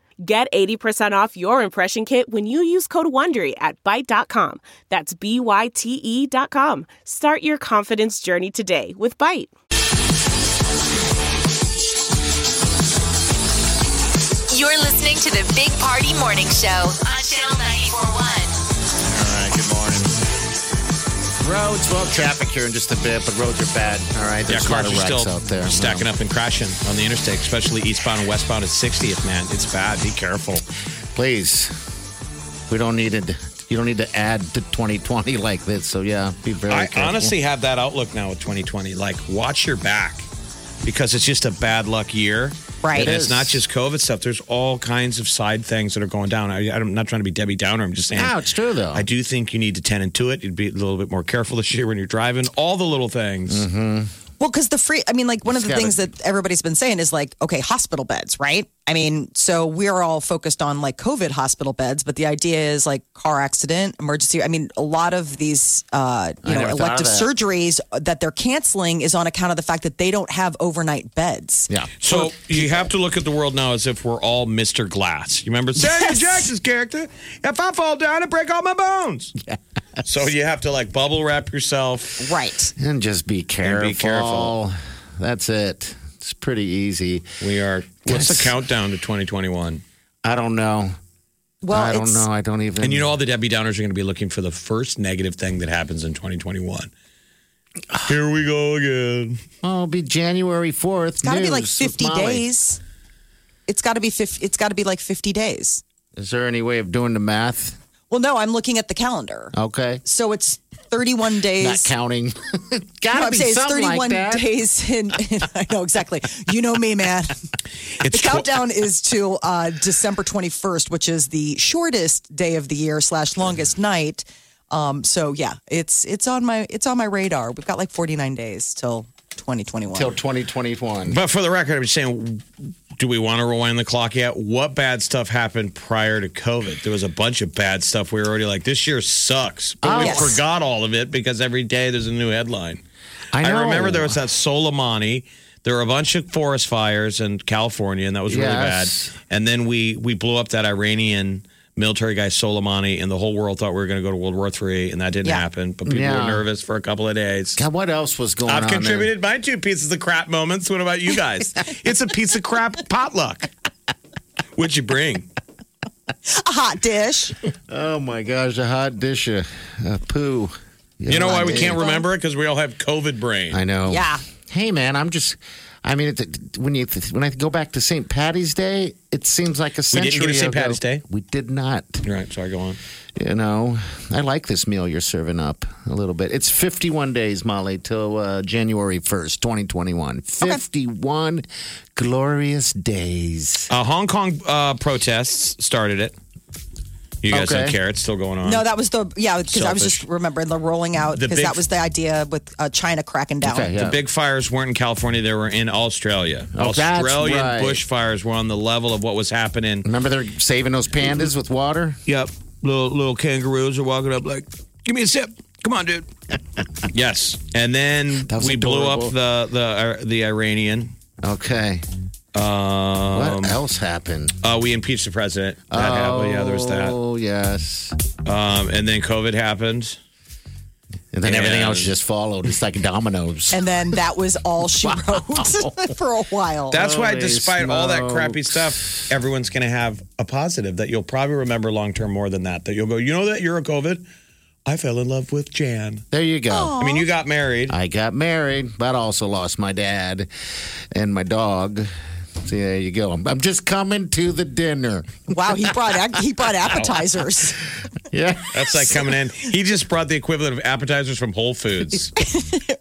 J: Get 80% off your impression kit when you use code WONDERY at Byte.com. That's B-Y-T-E E dot com. Start your confidence journey today with Byte.
H: You're listening to the Big Party Morning Show on Channel 941.
B: All right. Good morning. Roads, well, traffic here in just a bit, but roads are bad. All right.
F: Yeah,
B: There's a lot
F: cars are
B: of wrecks
F: still
B: out there.
F: stacking up and crashing on the interstate, especially eastbound and westbound at 60th, man. It's bad. Be careful.
B: Please. We don't need it. You don't need to add to 2020 [laughs] like this. So, yeah, be very
F: I
B: careful.
F: honestly have that outlook now with 2020. Like, watch your back because it's just a bad luck year.
E: Right.
F: And
B: It
F: it's
B: is.
F: not just COVID stuff. There's all kinds of side things that are going down. I, I'm not trying to be Debbie Downer. I'm just saying.
B: No, it's true, though.
F: I do think you need to tend into it. You'd be a little bit more careful this year when you're driving. All the little things.
E: Well, because the free, I mean, like one of the
B: gotta-
E: things that everybody's been saying is like, okay, hospital beds, right? I mean, so we're all focused on like COVID hospital beds, but the idea is like car accident, emergency. I mean, a lot of these, uh, you
B: I
E: know,
B: never thought of
E: elective
B: that.
E: surgeries that they're canceling is on account of the fact that they don't have overnight beds.
B: Yeah.
F: So you have to look at the world now as if we're all Mr. Glass. You [laughs] remember Samuel Jackson's character? If I fall down, I break all my bones. So you have to like bubble wrap yourself.
E: Right.
B: And just be careful.
F: be careful.
B: That's it. It's pretty easy.
F: We are. What's the
B: Yes.
F: countdown to 2021?
B: I don't know.
E: Well,
B: I don't
E: it's,
B: know. I don't even.
F: And you know, all the Debbie Downers are going to be looking for the first negative thing that happens in 2021. Here we go again.
B: well, Oh, it'll be January fourth.
E: it's got to be like 50 days. It's got to be 50, it's got to be like 50 days.
B: Is there any way of doing the math?
E: Well, no, I'm looking at the calendar.
B: Okay,
E: So it's 31 days.
B: not counting. [laughs] got
E: No,
B: to
E: I'm
B: be
E: saying it's
B: something
E: 31
B: like that.
E: days in, [laughs] I know exactly. You know me, man. The
F: It's
E: countdown is to uh, December 21st, which is the shortest day of the year slash longest night. Um, so yeah, it's it's on my it's on my radar. We've got like 49 days till 2021.
B: till 2021.
F: But for the record, I'm just saying, do we want to rewind the clock yet? What bad stuff happened prior to COVID? There was a bunch of bad stuff. We were already like, this year sucks. But we
E: Yes.
F: forgot all of it because every day there's a new headline.
B: I, know.
F: remember there was that Soleimani. There were a bunch of forest fires in California, and that was really bad.
B: Yes.
F: And then we we blew up that Iranian military guy Soleimani, and the whole world thought we were going to go to World War III, and that didn't
E: Yeah.
F: happen. But people
B: Yeah.
F: were nervous for a couple of days.
B: God, what else was going on?
F: I've
B: there?
F: contributed my two pieces of crap moments. What about
B: [laughs]
F: you guys? it's a piece of crap potluck. What'd you bring?
E: A hot dish.
B: Oh my gosh, a hot dish of uh, poo.
F: You know why
B: I
F: we
B: mean?
F: can't remember it? Because we all have COVID brain.
B: I know.
E: Yeah.
B: Hey man, I'm just I mean, it, when you when I go back to St. Patty's Day, it seems like a
F: We
B: century
F: didn't go to St.
B: ago.
F: Patty's Day.
B: We did not.
F: You're right. Sorry, go on.
B: You know, I like this meal you're serving up a little bit. It's 51 days, Molly, till uh, January 1st, 2021. 51 glorious days.
F: Uh, Hong Kong uh, protests started it. You guys
B: Okay.
F: don't care. It's still going on.
E: No, that was the yeah. Because I was
F: Selfish.
E: just remembering the rolling out
F: The
E: because
F: big-
E: that was the idea with uh, China cracking down.
B: Okay, yeah.
F: Big fires weren't in California; they were in Australia.
B: Oh, that's
F: Australian
B: right.
F: bushfires were on the level of what was happening.
B: Remember they're saving those pandas with water?
F: Yep, little little kangaroos are walking up like, "Give me a sip, come on, dude." [laughs] yes, and then
B: That was
F: we blew up
B: adorable.
F: the the the Iranian.
B: Okay.
F: Um,
B: what else happened?
F: uh, we impeached the president. That happened. Yeah, there was that.
B: Oh, yes.
F: Um, and then COVID happened.
B: And then everything
F: And-
B: else just followed. It's like dominoes.
E: And then that was all
F: [laughs]
E: she wrote [laughs] for a while.
F: That's why,
B: Holy
F: despite all that crappy
B: smokes.
F: stuff, everyone's going to have a positive that you'll probably remember long term more than that. That you'll go, you know, that you're a COVID. I fell in love with Jan.
B: there you go.
F: I mean, you got married.
B: I got married, but also lost my dad and my dog. So there you go. I'm, I'm just coming to the dinner.
E: wow, he brought he
F: [laughs]
E: brought appetizers.
B: Yeah. [laughs]
F: That's like coming in. He just brought the equivalent of appetizers from Whole Foods.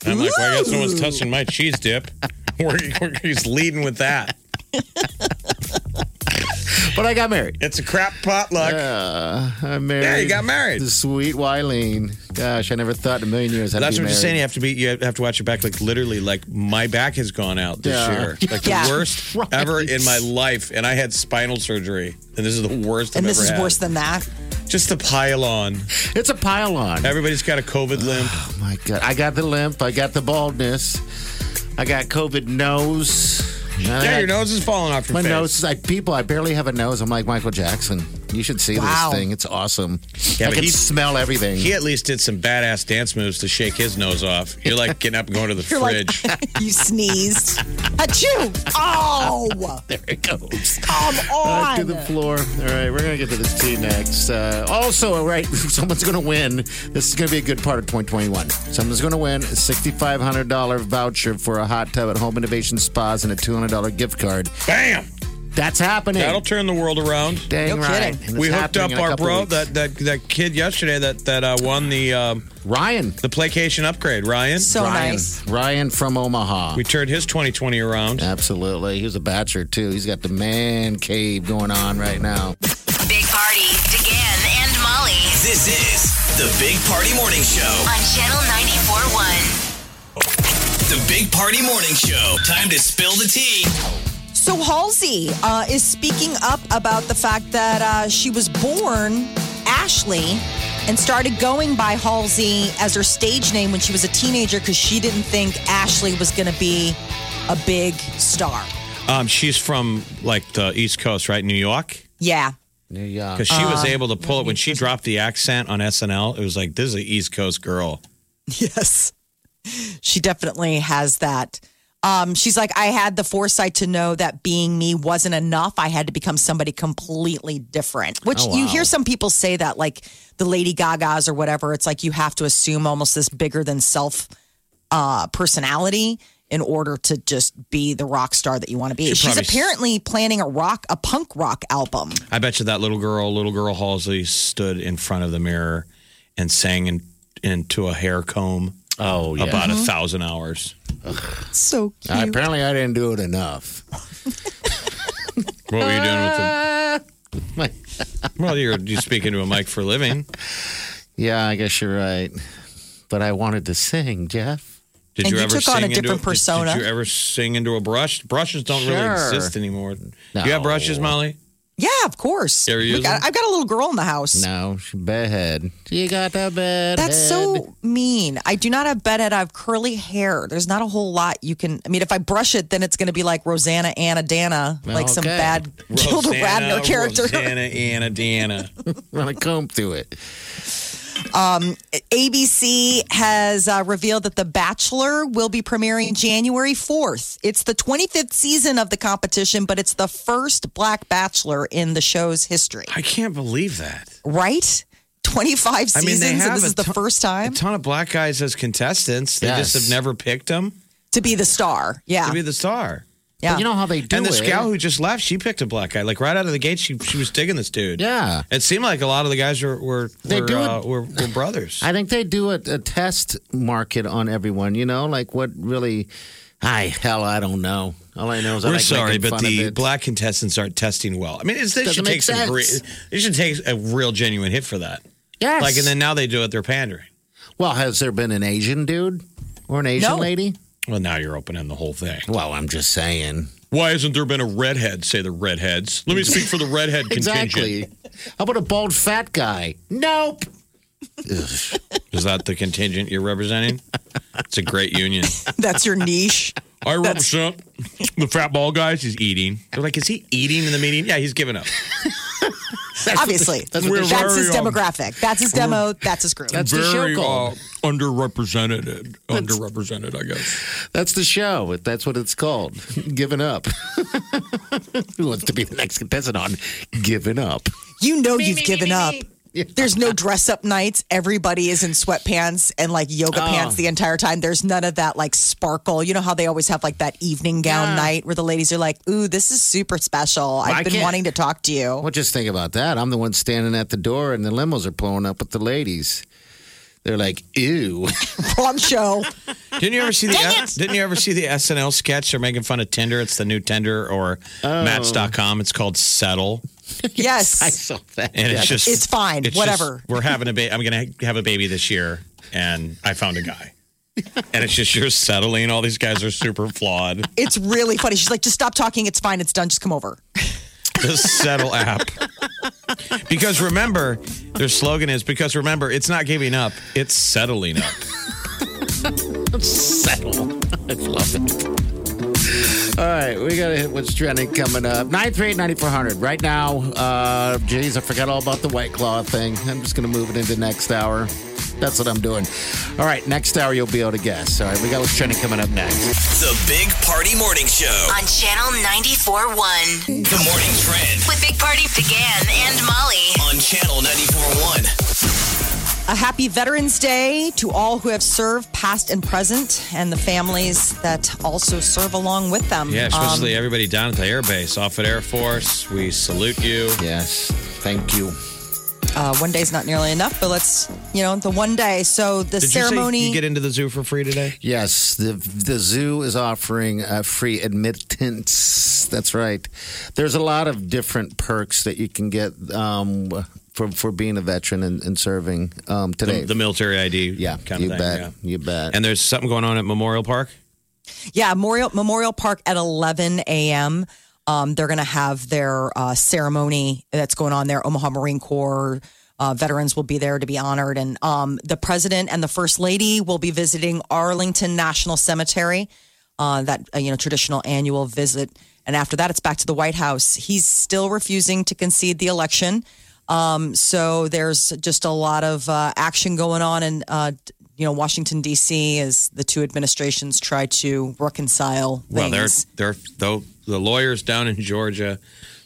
F: I'm like, well, I guess no one's touching my cheese dip. [laughs] We're, we're just leading with that.
B: But I got married.
F: It's a crap potluck.
B: Uh, I married.
F: Yeah, you got married.
B: The sweet Wileen. Gosh, I never thought in a million years I'd
F: That's
B: be
F: what I'm
B: married.
F: saying. You have to be. You have to watch your back. Like literally, like my back has gone out this
B: Yeah. [laughs]
F: year. Like
E: Yeah.
F: the worst
B: Right.
F: ever in my life, and I had spinal surgery, and this is the worst.
E: and
F: I've
E: this
F: ever
E: is
F: had.
E: worse than that. [laughs]
F: Just the pile on.
B: It's a pylon.
F: Everybody's got a
B: [sighs]
F: COVID limp.
B: Oh my god! I got the limp. I got the baldness. I got COVID nose. Now
F: Yeah,
B: I
F: your
B: got-
F: nose is falling off your
B: My
F: face.
B: nose is like people. I barely have a nose. I'm like Michael Jackson. You should see
E: Wow.
B: this thing. It's awesome.
F: Yeah,
B: I
F: but
B: can
F: he-
B: smell everything.
F: He at least did some badass dance moves to shake his nose off. You're like getting up and going to the
E: [laughs] You're
F: fridge.
E: like you sneezed. Achoo!
F: [laughs]
E: Oh,
B: there it goes.
E: come
F: Uh,
B: Back to
E: on.
B: the floor. All right, we're gonna get to this tea next. Uh, also, all right, [laughs] someone's gonna win. This is gonna be a good part of 2021. Someone's gonna win a $6,500 voucher for a hot tub at Home Innovation Spas and a $200 gift card.
F: Bam!
B: That's happening.
F: That'll turn the world around.
B: Dang
E: No
B: right.
E: kidding.
B: And it's
F: we hooked
B: happening
F: up
B: in a
F: our
B: couple
F: bro,
B: weeks.
F: that, that that kid yesterday that that uh, won the um,
B: Ryan.
F: the placation upgrade. Ryan.
E: So
B: Ryan.
E: nice.
B: Ryan from Omaha.
F: we turned his 2020 around.
B: Absolutely. He was a bachelor too. He's got the man cave going on right now.
H: Big Party, DeGan and Molly
D: This is the Big Party Morning Show.
H: on Channel 94.1.
D: The Big Party Morning Show. Time to spill the tea.
E: So Halsey uh, is speaking up about the fact that uh, she was born Ashley and started going by Halsey as her stage name when she was a teenager because she didn't think Ashley was going to be a big star.
F: Um, she's from like the East Coast, right? New York.
E: Yeah.
B: New York.
F: Because she
B: Uh,
F: was able to pull it when she dropped the accent on SNL. It was like this is an East Coast girl.
E: [laughs] Yes. She definitely has that. Um, she's like, I had the foresight to know that being me wasn't enough. I had to become somebody completely different, which
B: Oh,
E: you
B: wow.
E: hear some people say that, like the Lady Gagas or whatever. It's like you have to assume almost this bigger than self uh, personality in order to just be the rock star that you want to be.
F: She
E: She's
F: probably s-
E: apparently planning a rock, a punk rock album.
F: I bet you that little girl, little girl Halsey, stood in front of the mirror and sang in, into a hair comb
B: Oh yeah.
F: about a thousand hours.
E: So cute.
B: Uh, apparently I didn't do it enough. [laughs]
F: What were you doing with
B: Uh.
F: them?
B: My-
F: Well, you're you speaking to a mic for a living.
B: Yeah, I guess you're right. But I wanted to sing, Jeff.
F: Did
E: And
F: you,
E: you
F: ever
E: took on
F: sing
E: a
F: into
E: different
F: did-
E: persona.
F: Did, you ever sing into a brush? Brushes don't really
B: Sure.
F: exist anymore. Do you
B: No.
F: have brushes, [laughs] Molly?
E: yeah, of course.
F: There he
E: We
F: is.
E: got- I've got a little girl in the house.
B: No, she bedhead. She got the bedhead.
E: That's
B: [laughs]
E: so mean. I do not have bedhead. I have curly hair. There's not a whole lot you can. I mean, if I brush it, then it's going to be like Rosanna Anna Dana, like some
B: Okay.
E: bad Gilda
F: Rosanna,
E: Radner character. [laughs]
F: Rosanna, Anna, Deanna.
B: Run a comb through it.
E: ABC has uh, revealed that The Bachelor will be premiering January 4th. It's the 25th season of the competition, but it's the first Black Bachelor in the show's history.
F: [laughs] I can't believe that.
E: Right? 25
F: I
E: seasons,
F: mean, they have
E: and this
F: a
E: is the
F: ton-
E: first time.
F: A ton of black guys as contestants. They just
B: Yes.
F: have never picked them.
E: to be the star. Yeah.
F: to be the star.
E: yeah.
B: You know how they do
F: and
B: it.
F: this gal who just left, she picked a black guy. Like right out of the gate, she she was digging this dude.
B: Yeah.
F: It seemed like a lot of the guys were were
B: They
F: were,
B: do it-
F: uh, were, were brothers.
B: I think they do a, a test market on everyone. You know, like what really? I hell, I don't know. All I know is I
F: We're
B: like
F: sorry,
B: making
F: but
B: fun of
F: the
B: it.
F: black contestants aren't testing well. I mean, it's, they
B: Doesn't
F: should
B: make
F: take some. Re-
B: sense.
F: they should take a real genuine hit for that.
B: yes.
F: Like, and then now they do it. They're pandering.
B: well, has there been an Asian dude or an Asian
E: No.
B: lady?
F: Well, now you're opening the whole thing.
B: Well, I'm just saying.
F: Why hasn't there been a redhead? Say the redheads. Let me speak for the
B: [laughs]
F: redhead
B: Exactly. How about a bald fat guy? Nope.
F: Is that the contingent you're representing? It's a great union.
E: [laughs] That's your niche.
F: I represent the fat ball guys. He's eating. They're like, is he eating in the meeting? Yeah, he's giving up.
E: Obviously. That's,
F: what they-
E: his
F: We're very, um,
E: demographic. That's his demo. That's his group.
B: That's the show called.
F: uh, underrepresented. underrepresented, I guess.
B: That's the show. That's what it's called. [laughs] Giving up. Who wants to be the next contestant on Giving Up?
E: You know you've given up. There's no dress up nights. Everybody is in sweatpants and like
B: Oh.
E: yoga pants the entire time. There's none of that like sparkle. You know how they always have like that evening gown night where the ladies are like, "Ooh, this is super special. I've
B: I
E: been
B: can't-
E: wanting to talk to you."
B: Well, just think about that. I'm the one standing at the door, and the limos are blowing up with the ladies. They're like, ew. [laughs]
E: Wrong show.
F: Didn't you ever see the Didn't you ever see the SNL sketch? They're making fun of Tinder. It's the new Tinder or Match.com. It's called Settle,
E: yes,
B: I saw that.
F: and it's just
E: It's fine.
F: just,
E: Whatever.
F: we're having a baby. I'm going to have a baby this year, and I found a guy. And it's just you're settling. All these guys are super flawed.
E: it's really funny. She's like, "Just stop talking. It's fine. It's done. Just come over."
F: the settle app because remember their slogan is because remember it's not giving up it's settling up
B: [laughs] settle. I love it. All right, we got to hit what's trending coming up. 938-9400. Right now, uh, geez, I forgot all about the White Claw thing. I'm just going to move it into next hour. That's what I'm doing. All right, next hour you'll be able to guess. All right, we got what's trending coming up next.
D: The Big Party Morning Show.
H: on Channel 94.1
D: The Morning Trend
H: with Big Party began and Molly.
D: on Channel 94.1.
E: A happy Veterans Day to all who have served, past and present, and the families that also serve along with them.
F: yeah
E: Um,
F: especially everybody down at the air base off at air force we salute you
B: Yes, thank you.
E: uh, one day's not nearly enough, but let's, you know, the one day. So the
F: did you
E: ceremony.
F: say you get into the zoo for free today
B: Yes, the the zoo is offering uh, free admittance. That's right. There's a lot of different perks that you can get um, for for being a veteran and, and serving um, today.
F: the, the military id
B: Yeah,
F: kind
B: you
F: of thing
B: bet.
F: yeah.
B: You bet.
F: and there's something going on at memorial park
E: yeah, Memorial, Memorial Park at 11 a.m. Um, they're going to have their uh, ceremony that's going on there. Omaha Marine Corps uh, veterans will be there to be honored. And um, the president and the first lady will be visiting Arlington National Cemetery, uh, that, uh, you know, traditional annual visit. And after that, it's back to the White House. He's still refusing to concede the election. Um, so there's just a lot of uh, action going on in, uh, you know, Washington D.C. as the two administrations try to reconcile things.
F: well they're they're though the lawyers down in georgia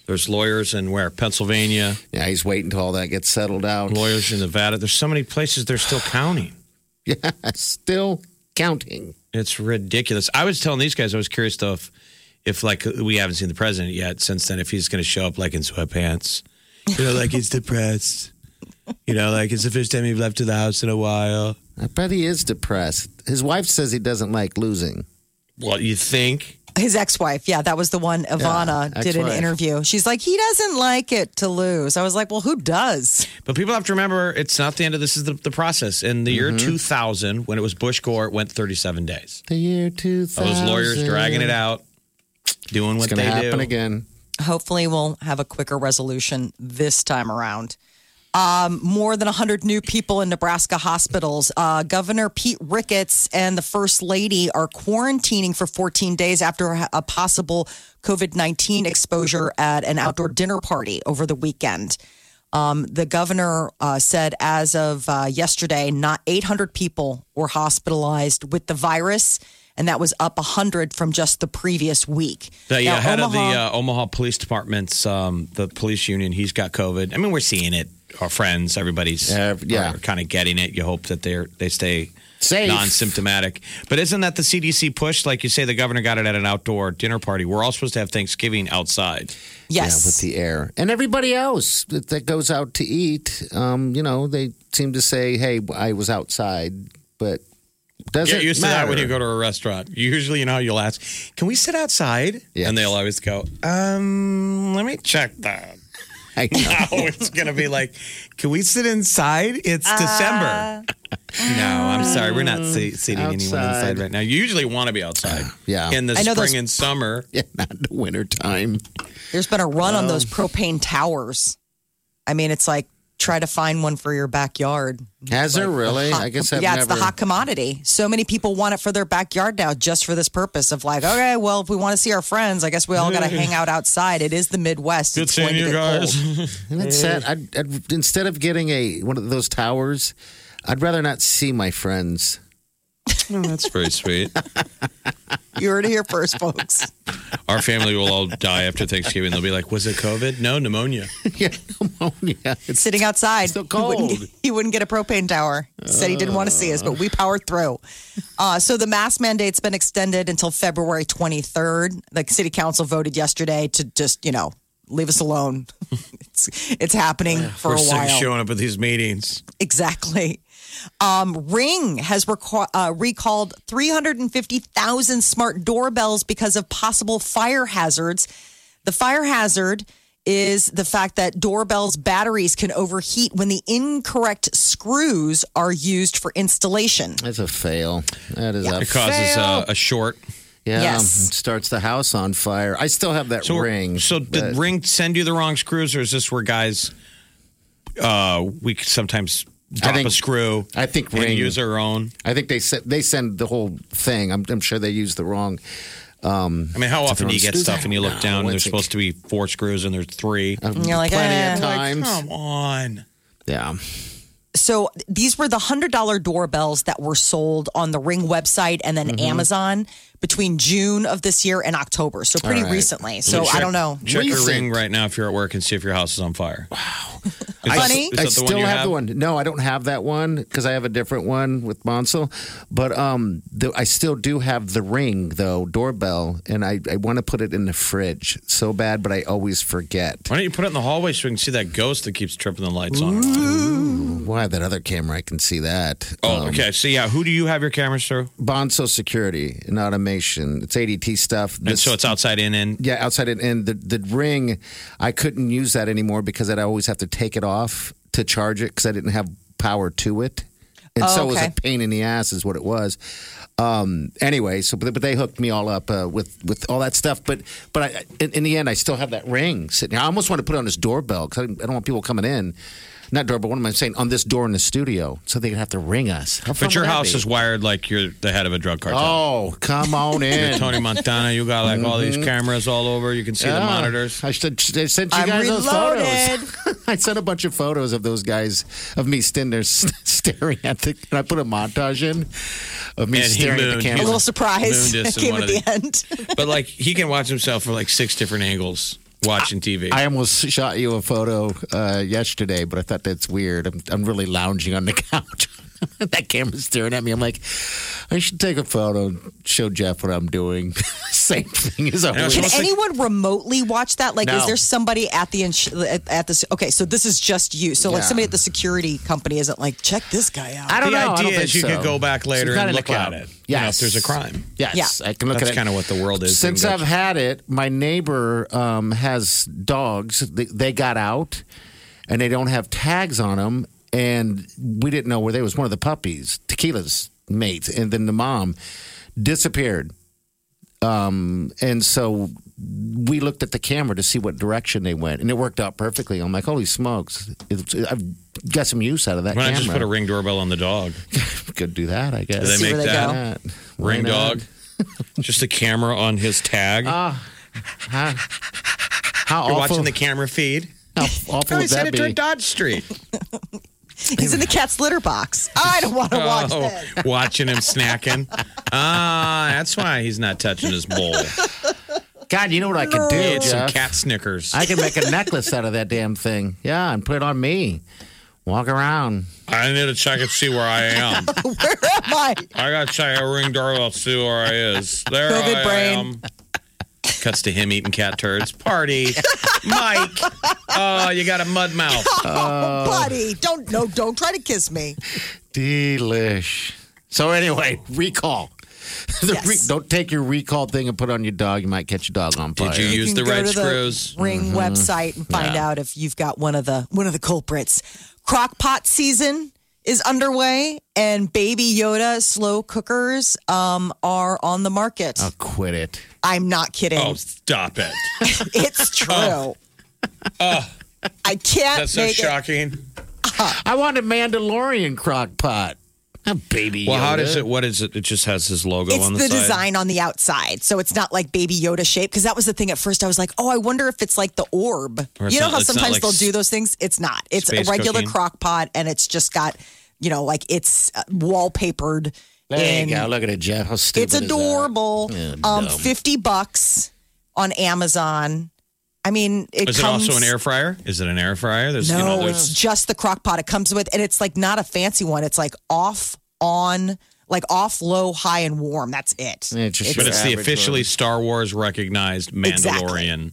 F: there's lawyers in where pennsylvania
B: yeah, he's waiting till all that gets settled out.
F: lawyers in nevada there's so many places they're
B: [sighs]
F: still counting
B: [laughs] Yeah, still counting.
F: It's ridiculous. I was telling these guys, I was curious though, if, if like we haven't seen the president yet since then, if he's going to show up like in sweatpants, you know, like he's
B: [laughs]
F: depressed, you know, like it's the first time he's left to the house in a while.
B: I bet he is depressed. His wife says he doesn't like losing.
F: What you think?
E: His ex-wife, yeah, that was the one. Ivana
B: Yeah,
E: did an
B: ex-wife.
E: interview. She's like, he doesn't like it to lose. I was like, well, who does?
F: But people have to remember, it's not the end of this. Is the, the process in the year
B: Mm-hmm.
F: 2000 when it was Bush Gore, it went 37 days.
B: The year 2000.
F: All those Oh, lawyers dragging it out, doing
B: It's
F: what
B: going
F: they
B: to happen
F: do.
B: again.
E: Hopefully, we'll have a quicker resolution this time around. Um, more than 100 new people in Nebraska hospitals. Uh, Governor Pete Ricketts and the First Lady are quarantining for 14 days after a possible COVID 19 exposure at an outdoor dinner party over the weekend. Um, the governor uh, said as of uh, yesterday, not 800 people were hospitalized with the virus, and that was up 100 from just the previous week.
F: The
E: Now,
F: uh, head of
E: Omaha-
F: the uh, Omaha Police Department's um, the police union, he's got COVID. I mean, we're seeing it our friends, everybody's
B: Uh, yeah.
F: kind of getting it. You hope that they're they stay
B: Safe.
F: non-symptomatic. But isn't that the CDC push? Like you say, the governor got it at an outdoor dinner party. We're all supposed to have Thanksgiving outside.
B: Yeah, with
E: Yes.
B: the air. And everybody else that, that goes out to eat, um, you know, they seem to say, hey, I was outside, but doesn't
F: Get used
B: matter.
F: to that when you go to a restaurant. Usually, you know, you'll ask, "Can we sit outside?"
B: Yes.
F: And they'll always go, "Um, let me check that."
B: [laughs]
F: [laughs]
B: I know.
F: No, it's gonna be like, "Can we sit inside?" It's
E: Uh,
F: December.
E: [laughs]
F: No, I'm sorry, we're not se-
E: Mm.
F: seating anyone
B: Outside.
F: inside right now. You usually want to be outside.
B: yeah.
F: in the
E: I know
F: spring
E: those-
F: and summer.
B: Yeah, [laughs] not in the wintertime.
E: There's been a run on those propane towers. I mean, it's like try to find one for your backyard.
B: Has there really? I guess I've
E: yeah,
B: never.
E: it's the hot commodity. So many people want it for their backyard now, just for this purpose of like, okay, well, if we want to see our friends, I guess we all got to hang out outside. It is the Midwest.
F: Good
E: It's
F: seeing
E: going to
F: you
E: get cold.
F: guys.
B: And it's sad. I'd, I'd, instead of getting a one of those towers, I'd rather not see my friends. [laughs]
F: Oh, [laughs] that's very sweet.
E: You heard it here first, folks.
F: Our family will all die after Thanksgiving. They'll be like, "Was it COVID? No, pneumonia."
B: yeah, pneumonia. It's
E: Sitting outside,
B: so
E: He, wouldn't
B: cold.
E: get, [laughs] he wouldn't get a propane tower. He Said he didn't want to see us, but we powered through. Uh, so the mask mandate's been extended until February 23rd. The city council voted yesterday to just, you know, leave us alone. [laughs] it's it's happening for
F: We're
E: a
F: sick of
E: while.
F: showing up at these meetings.
E: Exactly. Um, Ring has reco- uh, recalled 350,000 smart doorbells because of possible fire hazards. The fire hazard is the fact that doorbells' batteries can overheat when the incorrect screws are used for installation.
B: That's a fail. That is a
F: It causes uh, a short.
B: Yeah,
E: Yes.
B: it starts the house on fire. I still have that
F: So,
B: ring.
F: So did
B: but-
F: ring send you the wrong screws, or is this where guys? Uh, we sometimes drop
B: think-
F: a screw.
B: I think
F: and
B: ring.
F: use our own.
B: I think they se- they send the whole thing. I'm, I'm sure they use the wrong.
F: I mean, how often
B: the
F: do you
B: wrong
F: get
B: screws.
F: stuff and you look
B: No,
F: down and
B: it's
F: there's
B: like-
F: supposed to be four screws and there's three?
E: And you're like,
B: Plenty
E: eh.
B: of times.
F: Come on.
B: Yeah.
E: so these were the hundred dollar doorbells that were sold on the Ring website and then
B: Mm-hmm.
E: Amazon between June of this year and October. So pretty
B: All right.
E: recently. So I don't know.
F: Check your
B: Recent.
F: ring right now if you're at work and see if your house is on fire. Wow. Is
E: Honey?
F: that,
B: I
F: is that
B: still
F: the one you
B: have,
F: have?
B: the one. No, I don't have that one because I have a different one with Monsel. But um, the, I still do have the ring though doorbell, and I, I want to put it in the fridge so bad, but I always forget.
F: Why don't you put it in the hallway so we can see that ghost that keeps tripping the lights on?
B: Why that other camera? I can see that.
F: Oh, okay. So yeah, who do you have your cameras through?
B: Bonso Security and automation. It's ADT stuff.
F: And
B: This-
F: so it's outside in and
B: yeah, outside and, and the the ring, I couldn't use that anymore because I'd always have to take it off to charge it because I didn't have power to it, and so it was a
E: okay.
B: pain in the ass, is what it was. Um, anyway, so but, but they hooked me all up uh, with with all that stuff, but but I, in, in the end, I still have that ring sitting. I almost want to put it on this doorbell because I, don't- I don't want people coming in. Not doorbell. What am I saying? On this door in the studio, so they'd have to ring us. How fun
F: but your
B: would that
F: house
B: be?
F: is wired like you're the head of a drug cartel.
B: Oh, come
F: [laughs]
B: on in.
F: Tony Montana, you got like all these cameras all over. You can see the
B: Mm-hmm. Yeah.
F: monitors.
B: I should I sent you
E: I'm
B: guys those
E: reloaded.
B: photos. [laughs] I sent a bunch of photos of those guys of me standing there s- [laughs] staring at the. And I put a montage in of me
F: And he
B: staring at the
F: mooned.
B: camera.
E: a little surprise
F: Moon disc
E: [laughs]
F: in
E: came
F: one
E: at
F: of
E: the
F: the-
E: end.
F: But like he can watch himself from like six different angles watching TV.
B: I almost shot you a photo uh, yesterday, but I thought that's weird. I'm, I'm really lounging on the [laughs] couch. that camera's staring at me. I'm like, I should take a photo and show Jeff what I'm doing. [laughs] Same thing as
F: I was
B: always.
E: Can
F: Mostly-
E: anyone remotely watch that? Like, is
B: No.
E: there somebody at the ins- at, at this? Okay, so this is just you. So like
B: Yeah.
E: somebody at the security company isn't like check this guy out.
B: I don't
F: the
B: know. I
F: idea
B: don't think
F: is you
B: so.
F: could go back
B: So
F: later
B: it's not
F: and
B: in the
F: look at
B: cloud.
F: it.
B: Yes.
F: You know, if there's a crime.
B: Yes.
E: Yeah.
B: I can look
F: That's
B: at it.
F: kinda what the world is
B: Since
F: in
B: I've
F: Dutch.
B: had it, my neighbor um, has dogs. They, they got out and they don't have tags on them. And we didn't know where they was. One of the puppies, Tequila's mate, and then the mom disappeared. Um, and so we looked at the camera to see what direction they went, and it worked out perfectly. I'm like, holy smokes! It's, I've got some use out of that
F: Why not
B: camera. [laughs]
F: just put a ring doorbell on the dog?
B: Could do that, I guess.
F: Do they
E: See
F: make
E: where they
F: that
B: that. Why
F: ring
B: not? [laughs]
F: dog? just a camera on his tag.
B: How
F: You're
B: Ah, awful!
F: watching the camera feed.
B: How awful would that be?
F: Dodge Street.
E: He's in the cat's litter box. I don't want to watch
F: [laughs] Oh,
E: this.
B: [laughs]
F: watching him snacking. Ah, that's why he's not touching his bowl.
B: God, you know what I could do?
F: It's some
B: Jeff?
F: cat Snickers.
B: I can make a necklace out of that damn thing. Yeah, and put it on me. Walk around.
F: I need to check and see where I
B: [laughs]
F: am.
E: Where am I?
F: I got to check a ring doorbell to see where I is. There
E: Covid
F: I
E: brain.
F: am. Cuts to him eating cat turds. Party, Mike. Oh, you got a mud mouth.
E: Oh, buddy, don't no, don't try to kiss me.
B: Delish. So [laughs] anyway, recall. The
E: Yes.
B: re- don't take your recall thing and put it on your dog. You might catch your dog on fire.
F: Did you use
E: You
F: the
E: can go
F: right
E: to
F: screws? Mm-hmm.
E: Ring website and find out if you've got one of the one of the culprits. Crockpot season is underway, and Baby Yoda slow cookers um, are on the market.
B: Quit it.
E: I'm not kidding.
F: Oh, [laughs] stop it.
E: It's true. I can't
F: Uh. That's so
E: make it.
F: shocking.
B: I want a Mandalorian crock pot. A baby.
F: Well, how
B: Yoda.
F: does it? What is it? It just has his logo
E: It's
F: on the,
E: the,
F: side.
E: design on the outside, so it's not like Baby Yoda shape. Because that was the thing at first. I was like, "Oh, I wonder if it's like the orb."
F: Or it's
E: you know
F: not-
E: how
F: it's not
E: sometimes
F: like
E: they'll
F: s-
E: do those things. It's not. It's a
F: Space
E: regular
F: cooking.
E: crock pot, and it's just got, you know, like it's uh, wallpapered.
B: There
E: in-
B: you go. Look at it, Jeff. How stupid.
E: It's
B: is that?
E: adorable.
B: Yeah,
E: um,
B: dumb.
E: fifty bucks on Amazon. I mean, it
F: Is it
E: comes.
F: also an air fryer? Is it an air fryer? There's you
E: No,
F: know,
E: it's
F: there's
E: just the crock pot it comes with, and it's like not a fancy one. It's like off on, like off low, high, and warm. That's it.
B: Yeah, it's just
F: but it's the
B: average
F: officially Star Wars recognized Mandalorian.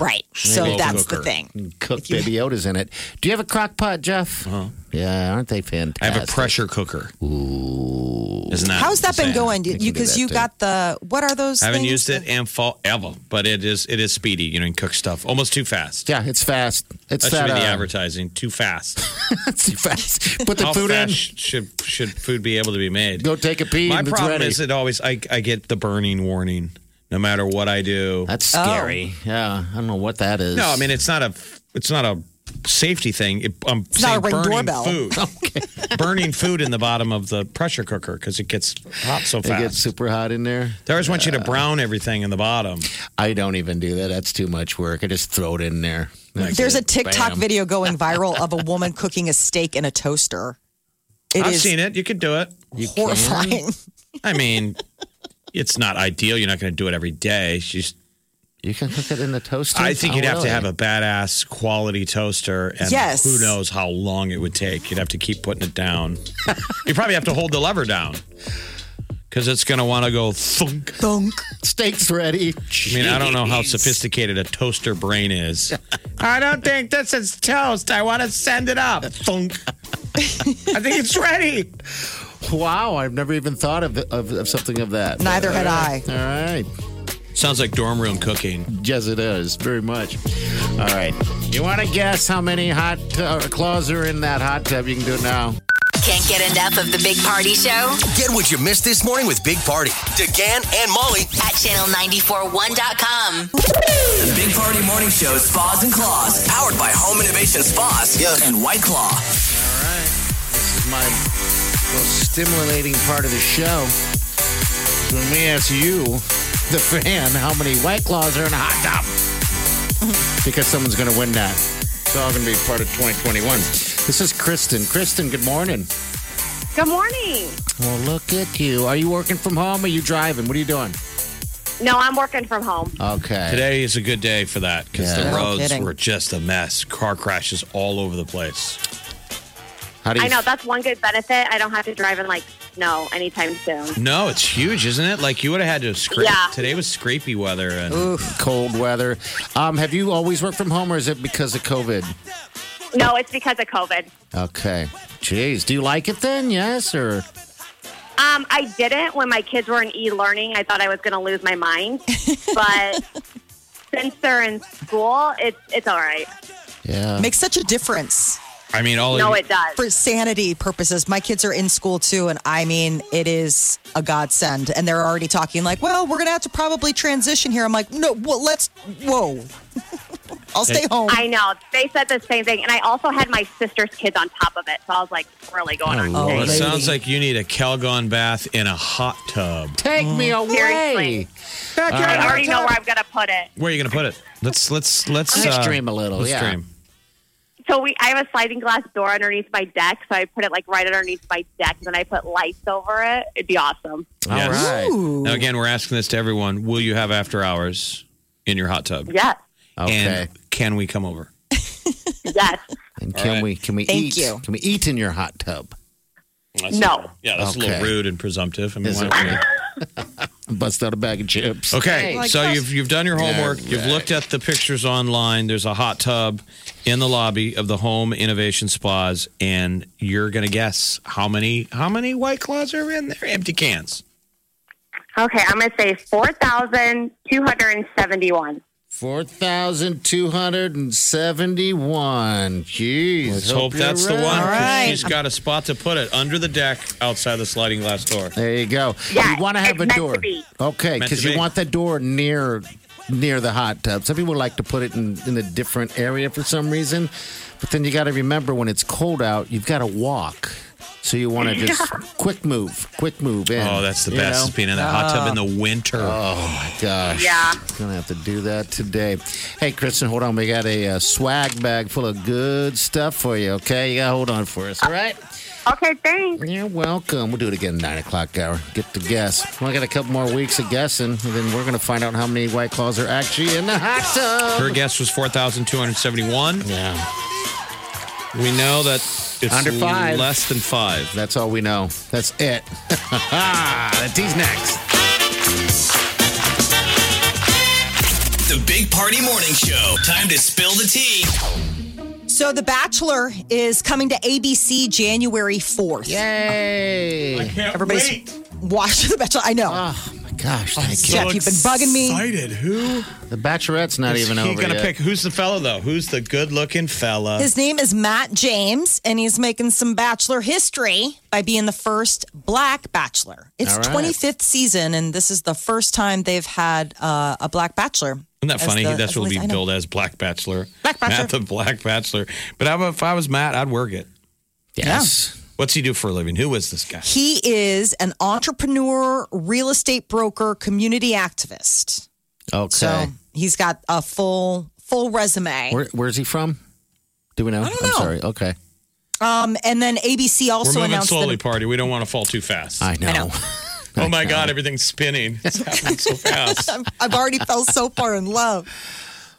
E: Right. So
F: Maybe
E: that's
F: cooker.
E: the thing.
B: one. Cook baby Yoda's in it. Do you have a crock pot, Jeff? Yeah, aren't they
F: I
B: fantastic?
F: have a pressure cooker.
B: Ooh.
F: Isn't that?
E: How's that been
F: insane?
E: going? You
B: can do
E: because
B: that
E: you,
B: too.
E: got the what are those?
F: I haven't
E: things?
F: used it in fall ever, but it is it is speedy. You know, and cook stuff almost too fast.
B: Yeah, it's fast. It's
F: That should be the
B: uh,
F: advertising. Too fast.
B: [laughs] It's fast. Put the
F: How
B: food in.
F: fast sh- should should food be able to be made?
B: Go take a pee.
F: My
B: and it's
F: problem
B: ready.
F: is it always I I get the burning warning no matter what I do.
B: That's scary. Yeah, I don't know what that is.
F: Oh. No, I mean it's not a it's not a safety thing. It, I'm
E: It's
F: saying
E: not a ring
F: burning
E: doorbell.
F: food, burning food in the bottom of the pressure cooker because it gets hot so
B: it gets
F: fast.
B: super hot in there.
F: They always want you to brown everything in the bottom.
B: I don't even do that. That's too much work. I just throw it in there. That's
E: There's a
B: it.
E: TikTok
B: Bam.
E: video going viral
F: [laughs]
E: of a woman cooking a steak in a toaster. It is
F: I've seen it. You could do it.
E: horrifying.
F: [laughs] I mean, it's not ideal. You're not going to do it every day. She's.
B: You can cook it in the toaster.
F: I think
B: Oh,
F: you'd have to
B: really?
F: have a badass quality toaster, and
E: Yes.
F: who knows how long it would take. You'd have to keep putting it [laughs] down. you probably have to hold the lever down because it's going to want to go thunk.
E: Thunk.
B: steaks ready.
F: I mean, I don't know how sophisticated a toaster brain is. I don't think this is toast. I want to send it up. Thunk. I think it's ready.
B: Wow, I've never even thought of of, of something of that.
E: Neither had I.
B: All right.
F: Sounds like dorm room cooking.
B: Yes, it is very much. All right. You want to guess how many hot uh, claws are in that hot tub? You can do it now.
H: Can't get enough of the Big Party Show
D: Get what you missed this morning with Big Party. DeGan and Molly.
H: at channel941.com.
K: The Big Party Morning Show Spas and Claws, powered by Home Innovation Spas
D: Yeah.
K: and White Claw.
B: All right. This is my most stimulating part of the show. When we ask you, the fan, how many white claws are in a hot tub. because someone's going to win that. It's all going to be part of 2021. This is Kristen. Kristen, good morning.
J: Good morning.
B: Well, look at you. Are you working from home? Or are you driving? What are you doing?
J: No, I'm working from home.
B: Okay.
F: Today is a good day for that because
B: Yeah.
F: the
E: No
F: roads
E: kidding.
F: were just a mess. Car crashes all over the place.
B: How do you
L: I know that's one good benefit. I don't have to drive in like snow anytime soon.
F: No, it's huge, isn't it? Like you would have had to scrape.
L: Yeah.
F: Today was scrapey weather, and
B: cold weather. Um, have you always worked from home, or is it because of COVID?
L: No, it's because of COVID.
B: Okay. Jeez, do you like it then? Yes, or
L: Um, I didn't when my kids were in e-learning. I thought I was going to lose my mind, but since they're in school, it's it's all right.
B: yeah.
E: Makes such a difference
F: I mean, all
L: No,
F: of
L: it does.
E: for sanity purposes. My kids are in school too, and I mean, it is a godsend. And they're already talking like, "Well, we're gonna have to probably transition here." I'm like, "No, well, let's." Whoa, [laughs] I'll stay home.
L: I know they said the same thing, and I also had my sister's kids on top of it, so I was like, really going on. today.
B: Oh,
F: Well, it
E: lady.
F: sounds like you need a Calgon bath in a hot tub.
B: Take me
F: Mm-hmm.
B: away.
L: Seriously. I already know where I'm going to put it.
F: Where are you going to put it? Let's let's let's
B: Let's
F: uh,
B: dream a little,
F: Let's
B: yeah.
F: dream.
L: so we I have a sliding glass door underneath my deck, so I put it like right underneath my deck, and then I put lights over it. It'd be awesome.
F: Yes. Now, again, we're asking this to everyone. Will you have after hours in your hot tub?
L: Yes.
F: And can we come over?
L: Yes.
B: And can we can we eat? Can we eat in your hot tub?
L: No.
F: Yeah, that's a little
B: Okay.
F: rude and presumptive. I mean,
B: Is
F: why
B: it
F: don't we-
B: Bust out a bag of chips.
F: Okay, so you've you've done your homework.
B: All
F: You've looked at the pictures online. There's a hot tub in the lobby of the Home Innovation Spas, and you're gonna guess how many how many White Claws are in there? Empty cans.
L: Okay, I'm gonna say four thousand two hundred and seventy-one.
B: 4,271. Jeez.
F: Let's hope,
B: you're
F: that's the
B: right.
F: one. 'cause She's got a spot to put it under the deck outside the sliding glass door.
B: There you go. you want to have a door. Okay,
F: Meant
B: because
F: to
B: you
F: be.
B: want the door near near the hot tub. Some people like to put it in, in a different area for some reason. But then you got to remember when it's cold out, you've got to walk. So you want to just quick move, quick move in.
F: Oh, that's the
B: you know?
F: best. Being in that hot tub in the winter.
B: Oh my gosh.
L: Yeah.
B: Gonna have to do that today. Hey, Kristen, hold on. We got a uh, swag bag full of good stuff for you. Okay, you gotta hold on for us. All right.
L: Okay, thanks.
B: You're welcome. We'll do it again nine o'clock hour. Get the guess. We only got a couple more weeks of guessing, and then we're gonna find out how many white claws are actually in the hot tub.
F: Her guess was 4,271.
B: Yeah.
F: We know that it's
B: Under five.
F: less than five.
B: That's all we know. That's it. [laughs] the tea's next.
D: The Big Party Morning Show. Time to spill the tea.
E: So The Bachelor is coming to ABC January 4th.
B: Yay!
E: I can't Everybody's watching The Bachelor. I know.
B: Gosh, thank you.
E: Jeff, you've been bugging me.
F: Excited. Who?
B: The Bachelorette's not
F: Is
B: even
F: he
B: over
F: gonna
B: yet.
F: pick? Who's the fella though? Who's the good-looking fella?
E: His name is Matt James, and he's making some Bachelor history by being the first Black Bachelor. It's
F: All right.
E: 25th season, and this is the first time they've had uh, a Black Bachelor.
F: Isn't that
E: as
F: funny?
E: the-
F: That's
E: as
F: what
E: the lead.
F: we'll be
E: I know.
F: billed as Black Bachelor.
E: Black Bachelor.
F: Matt the Black Bachelor. But I- if I was Matt, I'd work it.
B: Yes.
F: What's he do for a living? Who is this guy?
E: He is an entrepreneur, real estate broker, community activist.
B: Okay.
E: So he's got a full full resume.
B: Where, where's he from? Do we know? I
E: don't
B: am
E: know.
B: sorry. Okay.
E: Um, and then ABC also
F: We're moving
E: announced
F: slowly,
E: that
F: party. We don't want to fall too fast.
B: I know. [laughs]
F: oh my God,
E: [laughs]
F: everything's spinning. It's happening so fast.
E: I've, I've already fell so far in love.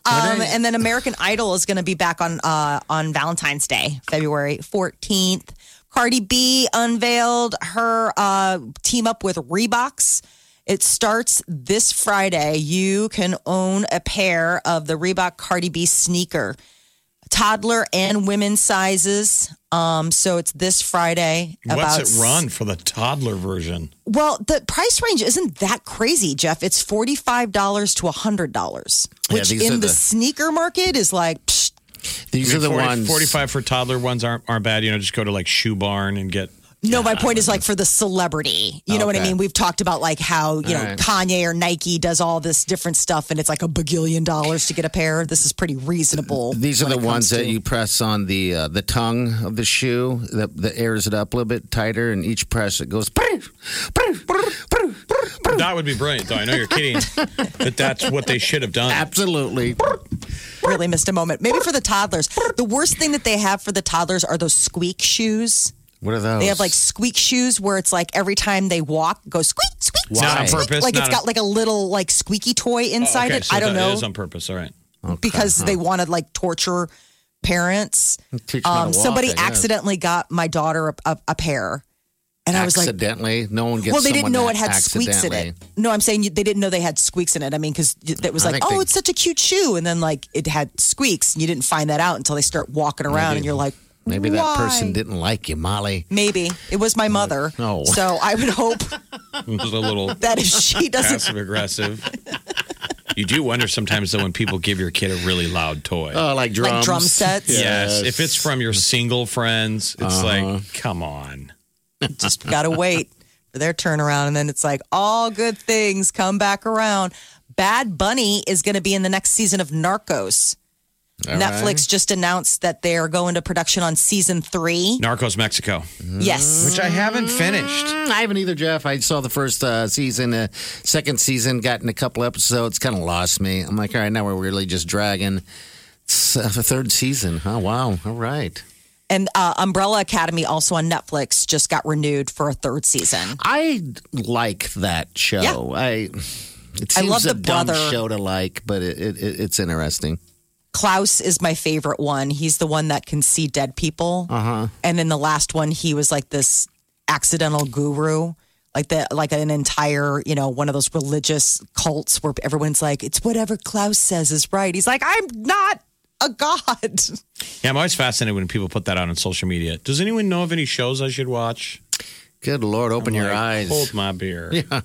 E: Um,
F: What is-
E: and then American Idol is going to be back on uh, on Valentine's Day, February fourteenth. Cardi B unveiled her uh, team up with Reeboks. It starts this Friday. You can own a pair of the Reebok Cardi B sneaker, toddler and women sizes. Um, so it's this Friday. about
F: What's it run for the toddler version?
E: well, the price range isn't that crazy, Jeff. It's forty five dollars to hundred dollars,
F: Yeah,
E: which
F: these
E: in
F: are
E: the,
F: the-
E: sneaker market is like. Psh,
B: These
F: I mean,
B: are the
F: 40
B: ones-
F: Forty-five for toddler ones aren't aren't bad. You know, just go to like Shoe Barn and get.
E: no, my point is like for the celebrity. You know what I
F: Okay.
E: mean? We've talked about like how you
F: All
E: know
F: right.
E: Kanye or Nike does all this different stuff, and it's like a bagillion dollars to get a pair. This is pretty reasonable.
B: These are
E: when
B: the
E: it comes
B: ones that
E: to-
B: you press on the uh, the tongue of the shoe that, that airs it up a little bit tighter, and each press it goes. [laughs]
F: That would be brilliant, though. I know
E: [laughs]
F: you're kidding, but that's what they should have done.
B: Absolutely.
E: really missed a moment. Maybe for the toddlers, the worst thing that they have for the toddlers are those squeak shoes.
B: What are those?
E: They have like squeak shoes where it's like every time they walk, it goes squeak, squeak,
F: It's not
E: squeak,
F: on
E: squeak.
F: purpose,
E: Like it's
F: not
E: got
F: on-
E: like a little like squeaky toy
B: Oh,
E: inside
F: Okay,
E: it.
F: so
E: I don't
F: that-
E: know
F: It is on purpose. All right. [laughs]
E: because
F: huh.
E: they want to like torture parents. Um,
B: Teach them how to walk,
E: somebody
B: I guess.
E: accidentally got my daughter a, a, a pair, and I was like,
B: accidentally. no one gets.
E: well, they didn't
B: someone
E: know
B: that
E: it had squeaks in it.
B: accidentally.
E: No, I'm saying you- they didn't know they had squeaks in it. I mean, because that was
B: I
E: like,
B: think
E: oh,
B: they-
E: it's such a cute shoe, and then like it had squeaks, and you didn't find that out until they start walking around, and you're like,
B: Maybe that person
E: "Why?"
B: didn't like you, Molly.
E: Maybe it was my mother.
B: no.
E: so I would hope [laughs]
F: It was a little
E: That if she doesn't-
F: passive aggressive. You do wonder sometimes though when people give your kid a really loud toy.
B: Oh, like
E: Like drum drums. sets? Yes.
F: Yes. If it's from your single friends, it's
B: Uh-huh.
F: like, come on.
E: just gotta wait for their turnaround and then it's like all good things come back around bad bunny is gonna be in the next season of narcos
F: All
E: netflix
F: right.
E: just announced that they're going to production on season three
F: Narcos Mexico.
E: yes
F: Mm-hmm. Which I haven't finished.
B: Mm, I haven't either, Jeff. I saw the first uh, season, uh, second season, gotten a couple episodes, kind of lost me. I'm like, all right, now we're really just dragging It's, uh, the third season. Oh, wow. All right.
E: And uh, Umbrella Academy, also on Netflix, just got renewed for a third season.
B: I like that show.
E: Yeah.
B: I it seems
E: I love
B: a
E: the
B: dumb
E: brother.
B: show to like, but it, it, it it's interesting.
E: Klaus is my favorite one. He's the one that can see dead people.
B: Uh huh.
E: And then the last one, he was like this accidental guru, like the like an entire you know one of those religious cults where everyone's like, it's whatever Klaus says is right. He's like, I'm not a god. [laughs]
F: Yeah, I'm always fascinated when people put that out on social media. Does anyone know of any shows I should watch?
B: Good Lord, open your eyes.
F: Hold my beer.
B: Yeah.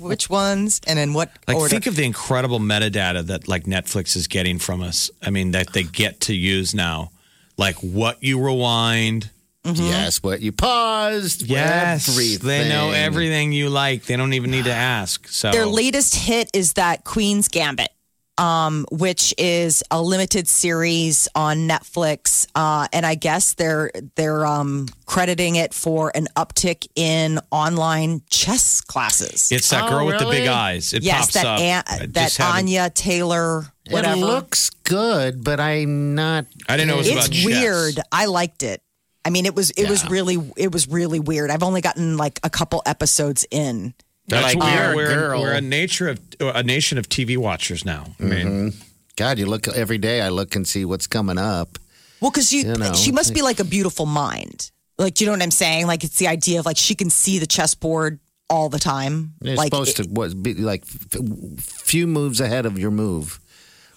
E: Which ones and in what
F: Like,
E: order?
F: think of the incredible metadata that like Netflix is getting from us. I mean, that they get to use now. Like what you rewind.
B: Yes, what you paused.
F: Mm-hmm. Yes, they know
B: everything.
F: everything you like. They don't even need to ask. So
E: Their latest hit is that Queen's Gambit, um, which is a limited series on Netflix, uh, and I guess they're they're um, crediting it for an uptick in online chess classes.
F: It's that girl with the big
B: really?
F: eyes. It
E: Oh, yes,
F: pops
E: that
F: up.
E: An-
F: I
E: that
F: just haven't-
E: Anya Taylor, whatever.
B: It looks good, but I'm not.
F: I didn't know it was
E: it's
F: about chess.
E: weird. I liked it. I mean, it was it was
B: Yeah.
E: really it was really weird. I've only gotten like a couple episodes in.
F: That's
B: Like,
F: weird.
B: you're a
F: We're,
B: girl.
F: we're a nature of a nation of TV watchers now. I mean,
E: Mm-hmm.
B: God, you look every day. I look and see what's coming up.
E: Well, because you,
B: You know.
E: she must be like a beautiful mind. Like, do you know what I'm saying? Like, it's the idea of like she can see the chessboard all the time.
B: You're
E: like,
B: supposed to what, be like f- few moves ahead of your move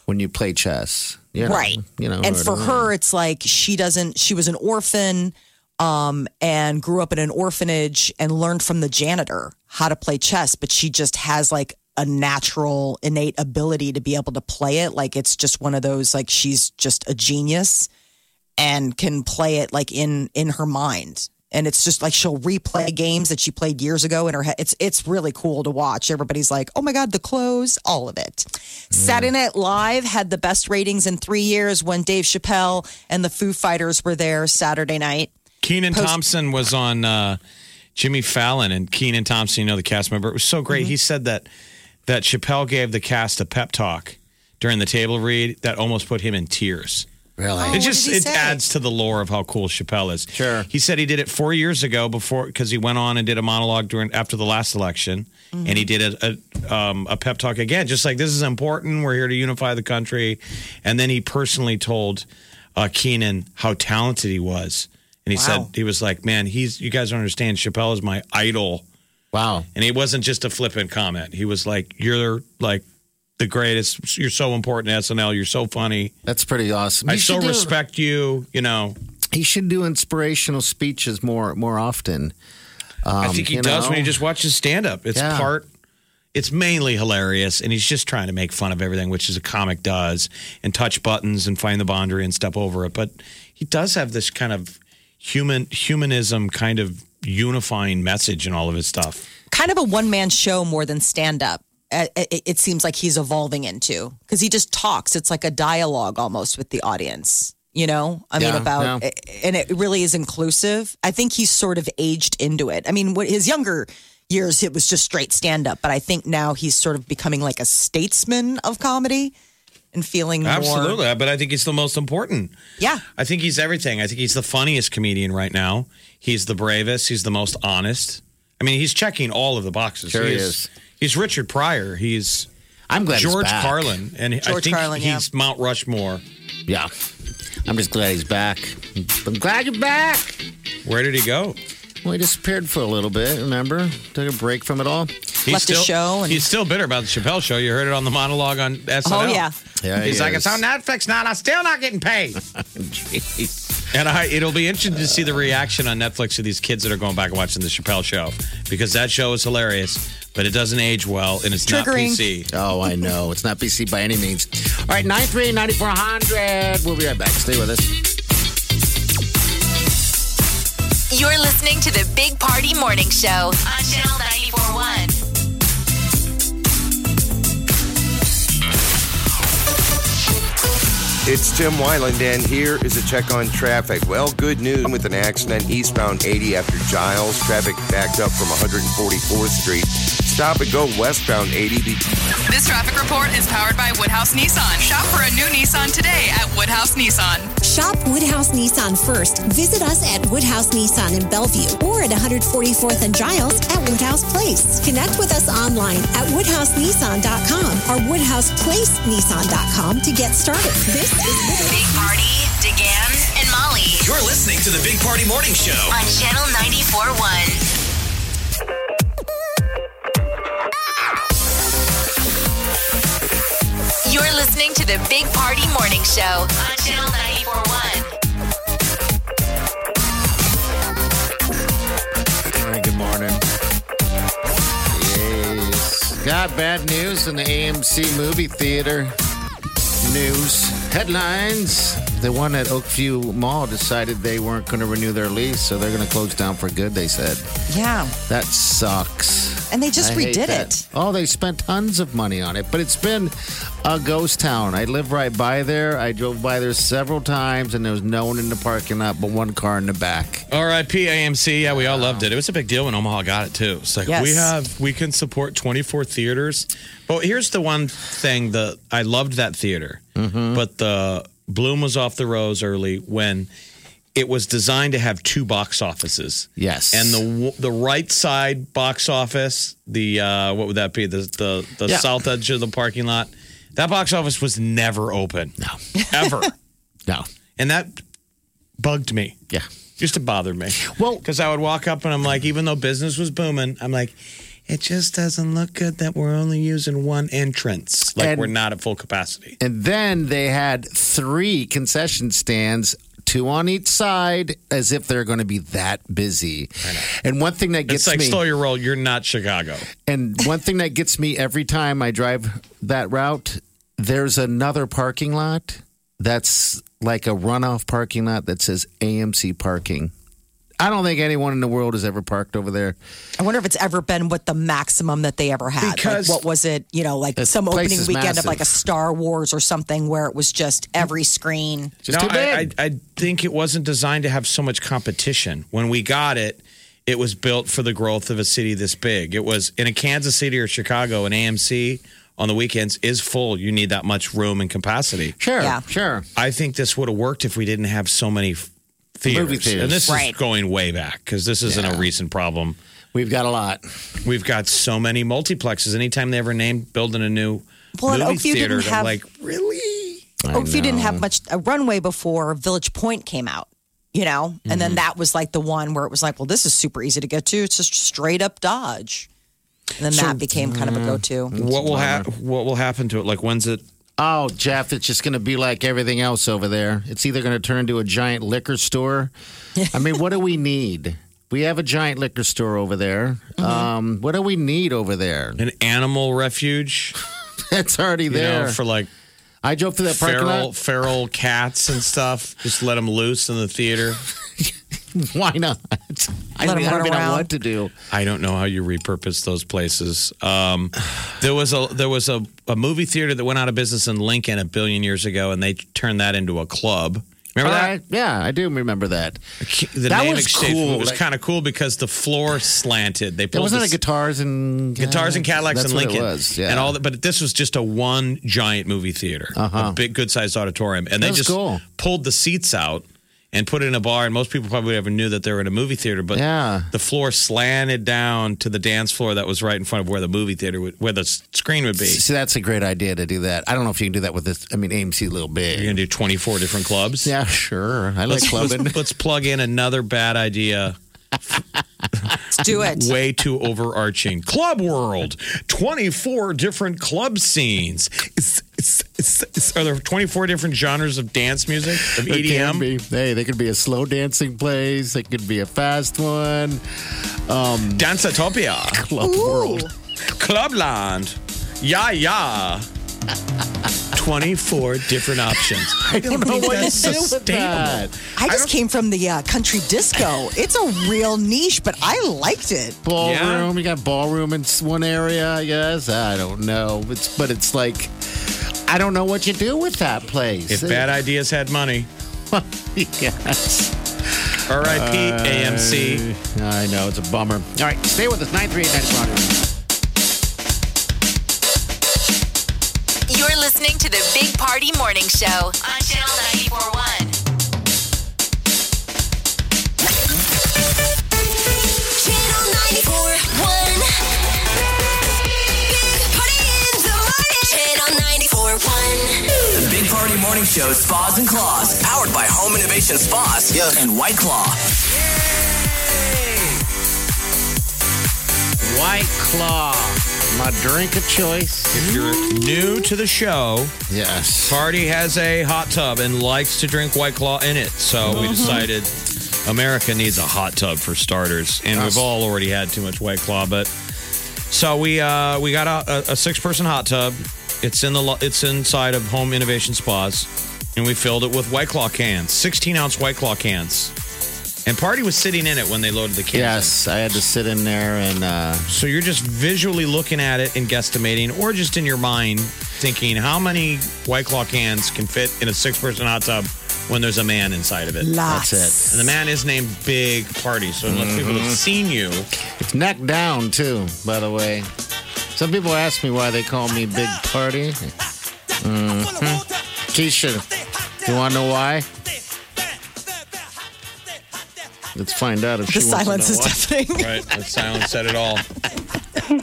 B: when you play chess. You know,
E: right?
B: You know,
E: and
B: or-
E: for her, it's like she doesn't. She was an orphan, um, and grew up in an orphanage and learned from the janitor how to play chess. But she just has like a natural, innate ability to be able to play it. Like, it's just one of those. Like, she's just a genius. and can play it like in in her mind and it's just like she'll replay games that she played years ago in her head it's it's really cool to watch everybody's like oh my god the clothes all of it saturday
B: Mm.
E: night live had the best ratings in three years when dave chappelle and the foo fighters were there saturday night
F: Keenan
E: Post-
F: Thompson was on uh, Jimmy Fallon, and Keenan Thompson, you know, the cast member, it was so great.
E: Mm-hmm.
F: He said that that Chappelle gave the cast a pep talk during the table read that almost put him in tears.
B: really,
F: it just
E: did he
F: it
E: say?
F: adds to the lore of how cool Chappelle is.
B: Sure.
F: he said he did it four years ago before because he went on and did a monologue during after the last election, and he did a a, um, a pep talk again, just like this is important. We're here to unify the country, and then he personally told uh, Keenan how talented he was, and he
E: Wow.
F: said he was like, man, he's you guys don't understand. Chappelle is my idol.
B: wow.
F: And he wasn't just a flippant comment. He was like, "You're like the greatest. You're so important to SNL. You're so funny.
B: That's pretty awesome.
F: I
B: You
F: so
B: should do-
F: respect you." You know,
B: He should do inspirational speeches more more often.
F: I think he
B: Um, you
F: does
B: know?
F: when you just watch his stand up. It's
B: Yeah.
F: part, it's mainly hilarious, and he's just trying to make fun of everything, which is a comic does, and touch buttons and find the boundary and step over it. But he does have this kind of human humanism kind of unifying message in all of his stuff.
E: kind of a one man show more than stand up. It, it seems like he's evolving into because he just talks. It's like a dialogue almost with the audience. You know, I mean,
B: Yeah,
E: about and it really is inclusive. I think he's sort of aged into it. I mean, what his younger years, it was just straight stand up, but I think now he's sort of becoming like a statesman of comedy and feeling more.
F: Absolutely, but I think it's the most important.
E: Yeah,
F: I think he's everything. I think he's the funniest comedian right now. He's the bravest. He's the most honest. I mean, he's checking all of the boxes.
B: Sure he is.
F: He's Richard Pryor. He's
B: I'm glad he's
F: George
B: back.
F: Carlin, and I
E: George
F: think
E: Carlin, yeah.
F: he's Mount Rushmore.
B: Yeah, I'm just glad he's back. I'm glad you're back.
F: Where did he go?
B: Well, he disappeared for a little bit. Remember, took a break from it all.
F: He's
E: Left the show and-
F: he's still bitter about the Chappelle show. You heard it on the monologue on SNL.
E: Oh, yeah.
B: Yeah, he
F: he's like,
B: is.
F: it's on Netflix now, and I'm still not getting
B: [laughs]
F: paid. And I, it'll be interesting to see the reaction on Netflix of these kids that are going back and watching the Chappelle show because that show is hilarious, but it doesn't age well, and it's not
E: Triggering.
F: PC.
B: Oh, I know. It's not BC by any means. All right, 938 9400. We'll be right back. Stay with us.
H: You're listening to the Big Party Morning Show on Channel 941.
M: It's Tim Wyland, and here is a check on traffic. Well, good news with an accident eastbound 80 after Giles. Traffic backed up from 144th Street. stop and go westbound 80 between.
N: This traffic report is powered by Woodhouse Nissan. Shop for a new Nissan today at Woodhouse Nissan.
O: Shop Woodhouse Nissan first. Visit us at Woodhouse Nissan in Bellevue or at 144th and Giles at Woodhouse Place. Connect with us online at woodhousenissan.com or woodhouseplacenissan.com to get started. This is
H: Big Party, DeGan, and Molly.
D: You're listening to the Big Party Morning Show.
H: On Channel 94.1.
N: You're listening to the Big Party Morning Show on Channel 941.
B: All right, good morning. Yes. Got bad news in the AMC movie theater. News headlines. The one at Oakview Mall decided they weren't going to renew their lease, so they're going to close down for good, they said.
E: Yeah.
B: That sucks.
E: And they just
B: I hate
E: redid
B: that.
E: it.
B: Oh, they spent tons of money on it, but it's been a ghost town. I live right by there. I drove by there several times, and there was no one in the parking lot but one car in the back.
F: R.I.P. AMC. Yeah, we all loved it. It was a big deal when Omaha got it too. It's like
B: Yes.
F: we have we can support 24 theaters. But here's the one thing that I loved that theater,
B: Mm-hmm.
F: but the bloom was off the rose early when it was designed to have two box offices.
B: Yes.
F: and the w- the right side box office, the uh, what would that be? The the the
B: Yeah.
F: south edge of the parking lot. That box office was never open. No,
B: [laughs]
F: ever.
B: no,
F: and that bugged me.
B: Yeah,
F: used to bother me.
B: Well,
F: because I would walk up and I'm like, even though business was booming, I'm like. It just doesn't look good that we're only using one entrance. Like
B: And-
F: we're not at full capacity.
B: And then they had three concession stands, two on each side, as if they're going to be that busy. And one thing that gets
F: It's like
B: me,
F: slow your roll. You're not Chicago.
B: and one thing that gets me every time I drive that route, there's another parking lot that's like a runoff parking lot that says AMC parking. I don't think anyone in the world has ever parked over there.
E: I wonder if it's ever been what the maximum that they ever had. Like,
B: Because-
E: what was it? You know, like some
B: place
E: opening
B: is
E: weekend of
B: massive.
E: like a Star Wars or something where it was just every screen.
F: no, I, I, I think it wasn't designed to have so much competition. When we got it, it was built for the growth of a city this big. It was in a Kansas City or Chicago, an AMC on the weekends is full. You need that much room and capacity.
B: Sure, Yeah. sure.
F: I think this would have worked if we didn't have so many f- theaters.
B: Movie theaters.
F: And this
B: Right.
F: is going way back because this isn't a recent problem.
B: We've got a lot.
F: We've got so many multiplexes. Anytime they ever named building a new
E: Well, and
F: movie
E: Oakview
F: theater,
E: didn't have
F: I'm like
E: really.
F: I
E: Oakview Oh, didn't
F: know.
E: have much a runway before Village Point came out, you know, and
B: Mm-hmm.
E: then that was like the one where it was like, well, this is super easy to get to. It's just straight up Dodge, and then that became kind of a go-to.
F: What will hap- What will happen to it? Like when's it?
B: Oh, Jeff, it's just going to be like everything else over there. It's either going to turn into a giant liquor store. I mean, what do we need? We have a giant liquor store over there.
F: Mm-hmm.
B: Um, what do we need over there? [laughs]
F: An animal refuge.
B: That's already
F: You know,
B: there.
F: for like
B: I drove through that parking
F: feral,
B: lot.
F: feral cats and stuff. Just let them loose in the theater.
B: [laughs] Why not? I,
F: Let
B: mean,
F: 'em
B: I don't
F: run
B: even know
F: around.
B: what to do.
F: I don't know how you repurpose those places. Um, there was a there was a, a movie theater that went out of business in Lincoln a billion years ago, and they turned that into a club. Remember
B: All
F: that?
B: right. Yeah, I do remember that.
F: The
B: that
F: name
B: was
F: exchange
B: cool.
F: It was
B: Like,
F: kind of cool because the floor slanted. They
B: there
F: pulled
B: wasn't
F: the
B: a guitars and
F: guitars and Cadillacs
B: That's
F: in
B: what
F: Lincoln,
B: It was. Yeah.
F: and all that. But this was just a one giant movie theater,
B: Uh-huh.
F: a big, good-sized auditorium, and
B: That
F: they
B: was
F: just
B: cool.
F: pulled the seats out and put it in a bar. And most people probably never knew that they were in a movie theater, but
B: Yeah.
F: the floor slanted down to the dance floor that was right in front of where the movie theater, would, where the s- screen would be.
B: See, that's a great idea to do that. I don't know if you can do that with this. I mean, AMC a little big. You're
F: gonna do 24 different clubs.
B: Yeah, sure. I like
F: let's,
B: clubbing.
F: Let's, let's plug in another bad idea. let's
E: do it.
F: Way too overarching. Club World, 24 different club scenes. It's, it's, it's, it's- are there 24 different genres of dance music, of E
B: There
F: EDM?
B: can be. Hey, they could be a slow dancing place. They could be a fast one. Um,
F: Danceatopia.
B: Club World.
F: Clubland. Yeah, yeah. 24 different options. I don't know what that's
E: to do with
F: sustainable.
E: that. I just came from the uh, country disco. It's a real niche, but I liked it.
B: Ballroom. You got ballroom in s- one area, I guess. I don't know. It's but it's like I don't know what you do with that place.
F: If bad ideas had money.
B: [laughs] yes.
F: R.I.P.
B: Uh,
F: AMC.
B: I know it's a bummer. All right, stay with us. Nine three eight nine.
H: listening to the Big Party Morning Show on Channel 941. Channel 941. Big Party in the morning. Channel 941.
K: The Big Party Morning Show Spas and Claws, powered by Home Innovation Spas and White Claw.
I: White Claw, my drink of choice.
F: If you're new to the show,
I: yes,
F: Party has a hot tub and likes to drink White Claw in it. So we
P: Mhm.
F: decided America needs a hot tub for starters, and
P: Yes.
F: we've all already had too much White Claw. But so we uh, we got a, a six person hot tub. It's in the lo- it's inside of Home Innovation Spas, and we filled it with White Claw cans, sixteen ounce White Claw cans. And Party was sitting in it when they loaded the cans.
B: Yes, I had to sit in there and. Uh,
F: So you're just visually looking at it and guesstimating, or just in your mind thinking how many White Claw cans can fit in a six person hot tub when there's a man inside of it.
B: Lots. That's it.
F: And the man is named Big Party. So unless people
L: Mm-hmm.
F: have
B: Mhm.
F: seen you,
B: It's neck down too, by the way. Some people ask me why they call me Big Party. Mhm. Keisha, you want to know why? Let's find out if
E: The
B: she
E: silence is
B: wants to know why.
F: [laughs]
E: deafening.
F: right? The silence said it all.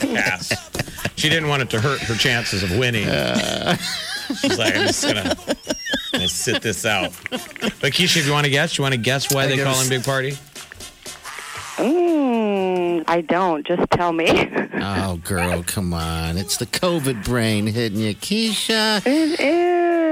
F: Yes. She didn't want it to hurt her chances of winning. She's like, I'm just gonna, gonna sit this out. But Keisha, if you want to guess, you want to guess why
L: I
F: they call
L: guess-
F: him Big Party?
L: Mm, I don't. Just tell me. [laughs]
B: Oh, girl, come on. It's the COVID brain hitting you. Keisha.
L: It is.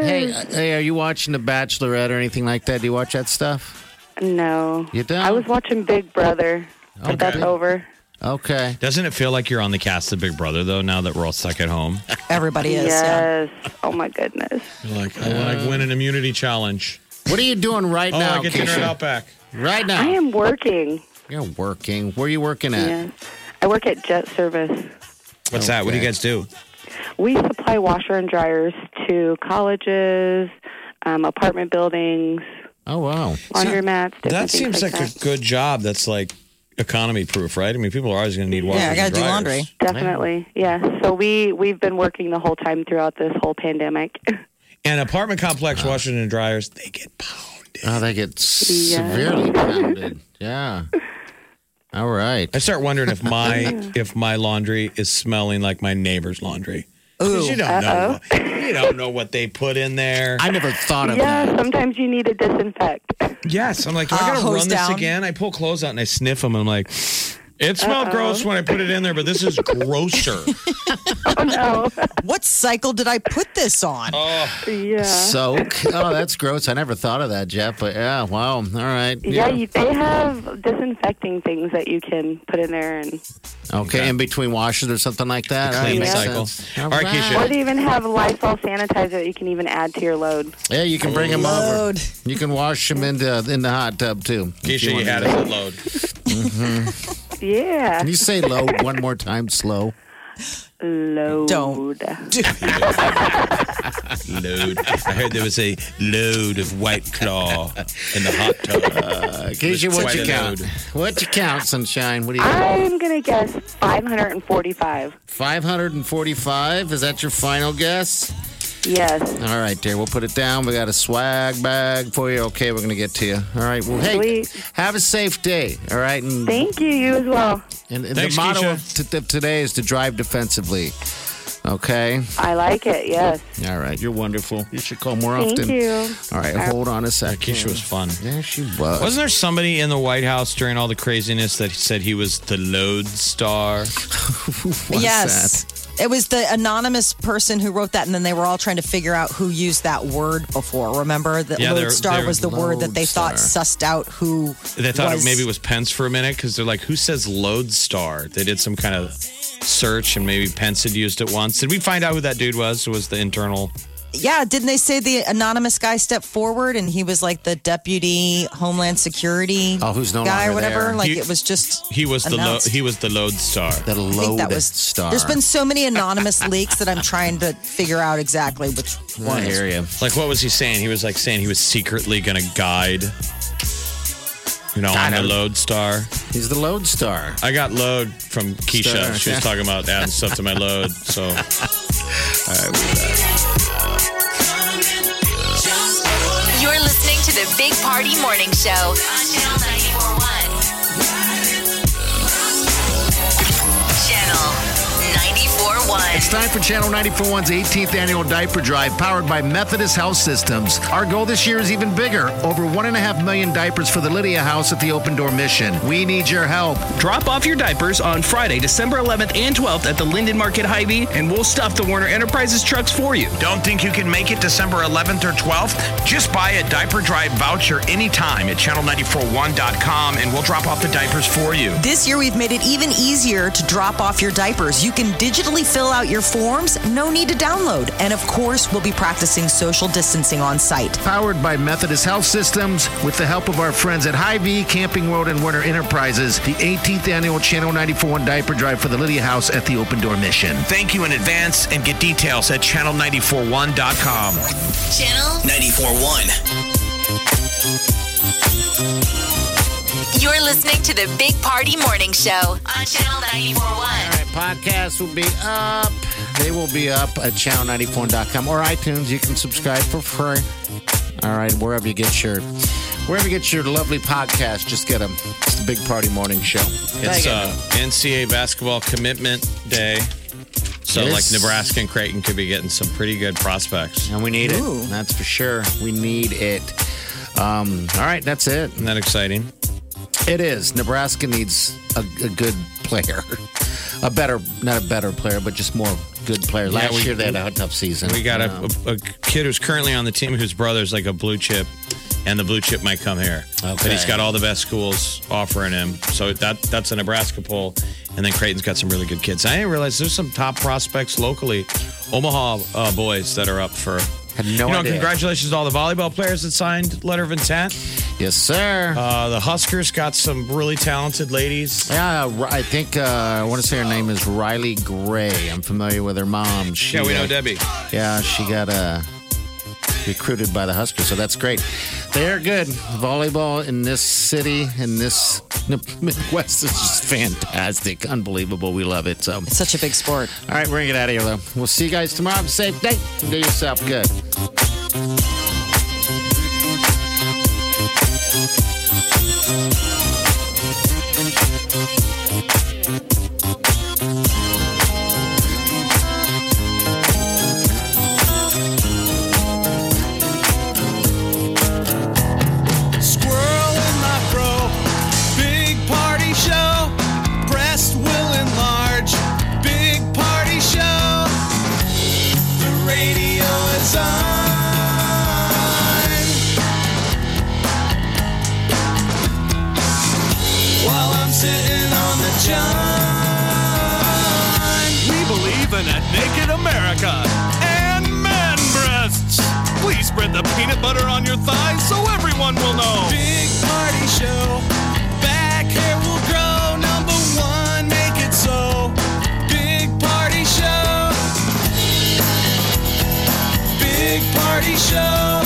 B: Hey, uh, hey, are you watching The Bachelorette or anything like that? Do you watch that stuff?
L: No.
B: You don't?
L: I was watching Big Brother, but that's over.
B: Okay.
F: Doesn't it feel like you're on the cast of Big Brother though? Now that we're all stuck at home,
E: Everybody is.
L: Yes. Oh my goodness.
F: you're like, I want
L: Uh,
F: to win an immunity challenge.
B: What are you doing right
F: oh,
B: now,
F: I get dinner at
B: Keisha?
F: Outback.
B: Right now.
L: I am working.
B: You're working. Where are you working at?
L: Yes. I work at Jet Service.
F: What's that? What do you guys do?
L: We supply washer and dryers to colleges, um, apartment buildings,
B: Oh wow.
L: laundromats. different things
F: That seems like,
L: like that.
F: a good job. That's like economy proof, right? I mean, people are always going to need washers. and dryers.
L: Definitely, yeah. So we we've been working the whole time throughout this whole pandemic. [laughs]
F: And apartment complex washers and dryers, they get pounded.
B: Oh, they get
L: severely
B: pounded. Yeah. All right.
F: I start wondering
L: [laughs]
F: if my [laughs] if my laundry is smelling like my neighbor's laundry. 'Cause
L: Ooh.
F: You don't know. You don't know what they put in there.
B: I never thought
L: yeah, sometimes you need to
F: [laughs]
L: disinfect.
F: Yes, I'm like, do
L: Uh,
F: I gotta
L: hose
F: run this
L: down.
F: again? I pull clothes out and I sniff them. I'm like, it smelled
E: Uh-oh.
F: gross when I put it in there, but
L: [laughs]
F: this is grosser.
E: Oh no. what cycle did I put this on?
F: Oh.
L: Yeah.
B: Soak. Oh, that's gross. I never thought of that, Jeff. But yeah, wow. All right.
L: Yeah, you, they have disinfecting things that you can put in there, and
B: Okay, in between washes or something like that.
F: The cleaning
B: All right,
F: cycle.
B: makes sense.
F: All right, Keisha.
L: or they even have Lysol sanitizer that you can even add to your load.
B: Yeah, you can bring them over.
E: Oh,
L: Load.
B: You can wash them in the in the hot tub too. if
F: Keisha, you
B: want
F: had
B: to.
F: us at load.
B: Mhm.
L: Yeah.
B: Can you say load [laughs] one more time slow?
L: Load.
E: Don't.
F: Load. I heard there was a load of white claw in the hot tub. Uh,
B: Keisha, what'd you count? What'd you count, Sunshine? What do you
L: I'm gonna guess 545.
B: 545? Is that your final guess?
L: Yes.
B: All right, dear. We'll put it down. We got a swag bag for you. Okay, we're going to get to you. All right. Well, hey, have a safe day. All right. And,
L: Thank you. You as well.
B: And, and
F: Thanks,
B: the motto
F: Keisha.
B: of t- t- today is to drive defensively. Okay.
L: I like it. Yes.
B: All right. You're wonderful. You should call more
L: Thank
B: often.
L: you.
B: All right. Hold on a second.
F: Keisha was fun.
B: Yeah, she was.
F: Wasn't there somebody in the White House during all the craziness that said he was the load star?
B: [laughs]
E: yes. It was the anonymous person who wrote that, and then they were all trying to figure out who used that word before. Remember, the
F: Yeah, they're-
E: lodestar
F: they're-
E: was the word that they thought sussed out who.
F: They thought
E: was-
F: it maybe was Pence for a minute because they're like, who says Lodestar? They did some kind of search and maybe Pence had used it once. Did we find out who that dude was? It was the internal.
E: Yeah, didn't they say the anonymous guy stepped forward and he was like the deputy homeland security?
F: Oh, who's no
E: guy or
F: longer
E: whatever?
F: there.
E: Like
F: He-
E: it was just.
F: He was the lo-
E: Announced.
F: he was the Lodestar. The
E: I think that was
F: Lodestar.
E: There's been so many anonymous leaks that I'm trying to figure out exactly which one. is-
B: you.
F: Like, what was he saying? He was like saying he was secretly going to guide You know, I'm the lodestar.
B: He's the lodestar.
F: I got load from Keisha.
B: Star,
F: she was
B: yeah.
F: talking about adding stuff to my load. So, all right,
H: You're listening to the Big Party Morning Show on Channel 941. Channel 941.
I: It's time for Channel 941's 18th annual diaper drive powered by Methodist Health Systems. Our goal this year is even bigger over one and a half million diapers for the Lydia House at the Open Door Mission. We need your help.
P: Drop off your diapers on Friday, December 11th and 12th at the Linden Market Hy-Vee, and we'll stuff the Warner Enterprises trucks for you.
Q: Don't think you can make it December 11th or 12th? Just buy a diaper drive voucher anytime at channel941.com and we'll drop off the diapers for you.
E: This year, we've made it even easier to drop off your diapers. You can digitally fill out your forms, no need to download. And of course, we'll be practicing social distancing on site.
I: Powered by Methodist Health Systems, with the help of our friends at Hy-Vee, Camping World, and Werner Enterprises, the 18th annual Channel 941 diaper drive for the Lydia House at the Open Door Mission.
Q: Thank you in advance and get details at channel941.com.
H: Channel
D: 941.
H: You're listening to the Big Party Morning Show on Channel 941.
B: Podcast will be up. They will be up at channel94.com or iTunes. You can subscribe for free. All right, wherever you get your wherever you get your lovely podcast, just get them. It's the Big Party Morning Show.
F: It's uh, NCAA basketball commitment day. So,
B: It
F: like
B: is.
F: Nebraska and Creighton could be getting some pretty good prospects.
B: And we need it. Ooh. That's for sure. We need it. Um, all right, that's it. Isn't
F: that exciting?
B: It is. Nebraska needs a, a good player. A better, not a better player, but just more good players.
F: Yeah,
B: Last
F: we-
B: year they had a tough season.
F: We got
B: you
F: a,
B: know.
F: a, a kid who's currently on the team whose brother's like a blue chip, and the blue chip might come here. But he's
B: Okay.
F: got all the best schools offering him. So that that's a Nebraska poll. And then Creighton's got some really good kids. I didn't realize there's some top prospects locally, Omaha uh, boys that are up for. Had no you know,
B: idea.
F: Congratulations to all the volleyball players that signed letter of intent.
B: Yes, sir.
F: Uh, the Huskers got some really talented ladies.
B: Yeah, uh, I think uh, I want to say her name is Riley Gray. I'm familiar with her mom. She,
F: yeah, we know
B: uh,
F: Debbie.
B: Yeah, she got uh, recruited by the Huskers, so that's great. They're good. Volleyball in this city, in this [laughs] Midwest, is just fantastic, unbelievable. We love it. So it's
E: such a big sport.
B: All right, we're gonna get out of here though. We'll see you guys tomorrow. Have a safe day. Do yourself good.
R: Squirrel in my fro. Big party show. Breast will enlarge. Big party show. The radio is on. While I'm sitting on the john.
S: We believe in a naked America and man breasts. Please spread the peanut butter on your thighs so everyone will know.
R: Big party show. Back hair will grow. Number one, make it so. Big party show. Big party show.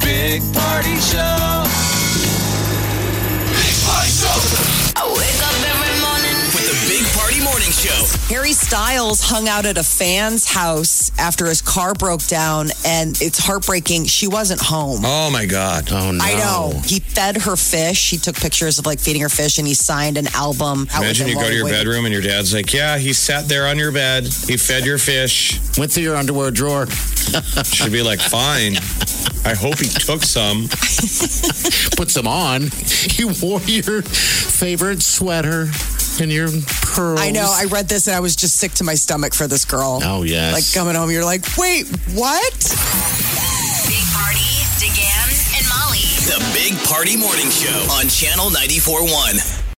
R: Big party show. Big party show.
H: I wake up every morning
D: with the Big Party Morning Show.
E: Harry Styles hung out at a fan's house after his car broke down, and it's heartbreaking. She wasn't home.
F: Oh my God!
B: Oh
E: I know. He fed her fish. He took pictures of like feeding her fish, and he signed an album. out with
F: Imagine
E: him
F: you go
E: while
F: to
E: he
F: your
E: waited.
F: bedroom and your dad's like, "Yeah, he sat there on your bed. He fed your fish.
B: Went through your underwear drawer."
F: Should be like, "Fine. I hope he took some."
B: Put some on. [laughs] You wore your favorite sweater and your pearls.
E: I know. I read this and I was just sick to my stomach for this girl.
B: Oh, yes.
E: Like coming home, you're like, wait, what?
H: Big Party, DeGan, and Molly.
D: The Big Party Morning Show on Channel 941.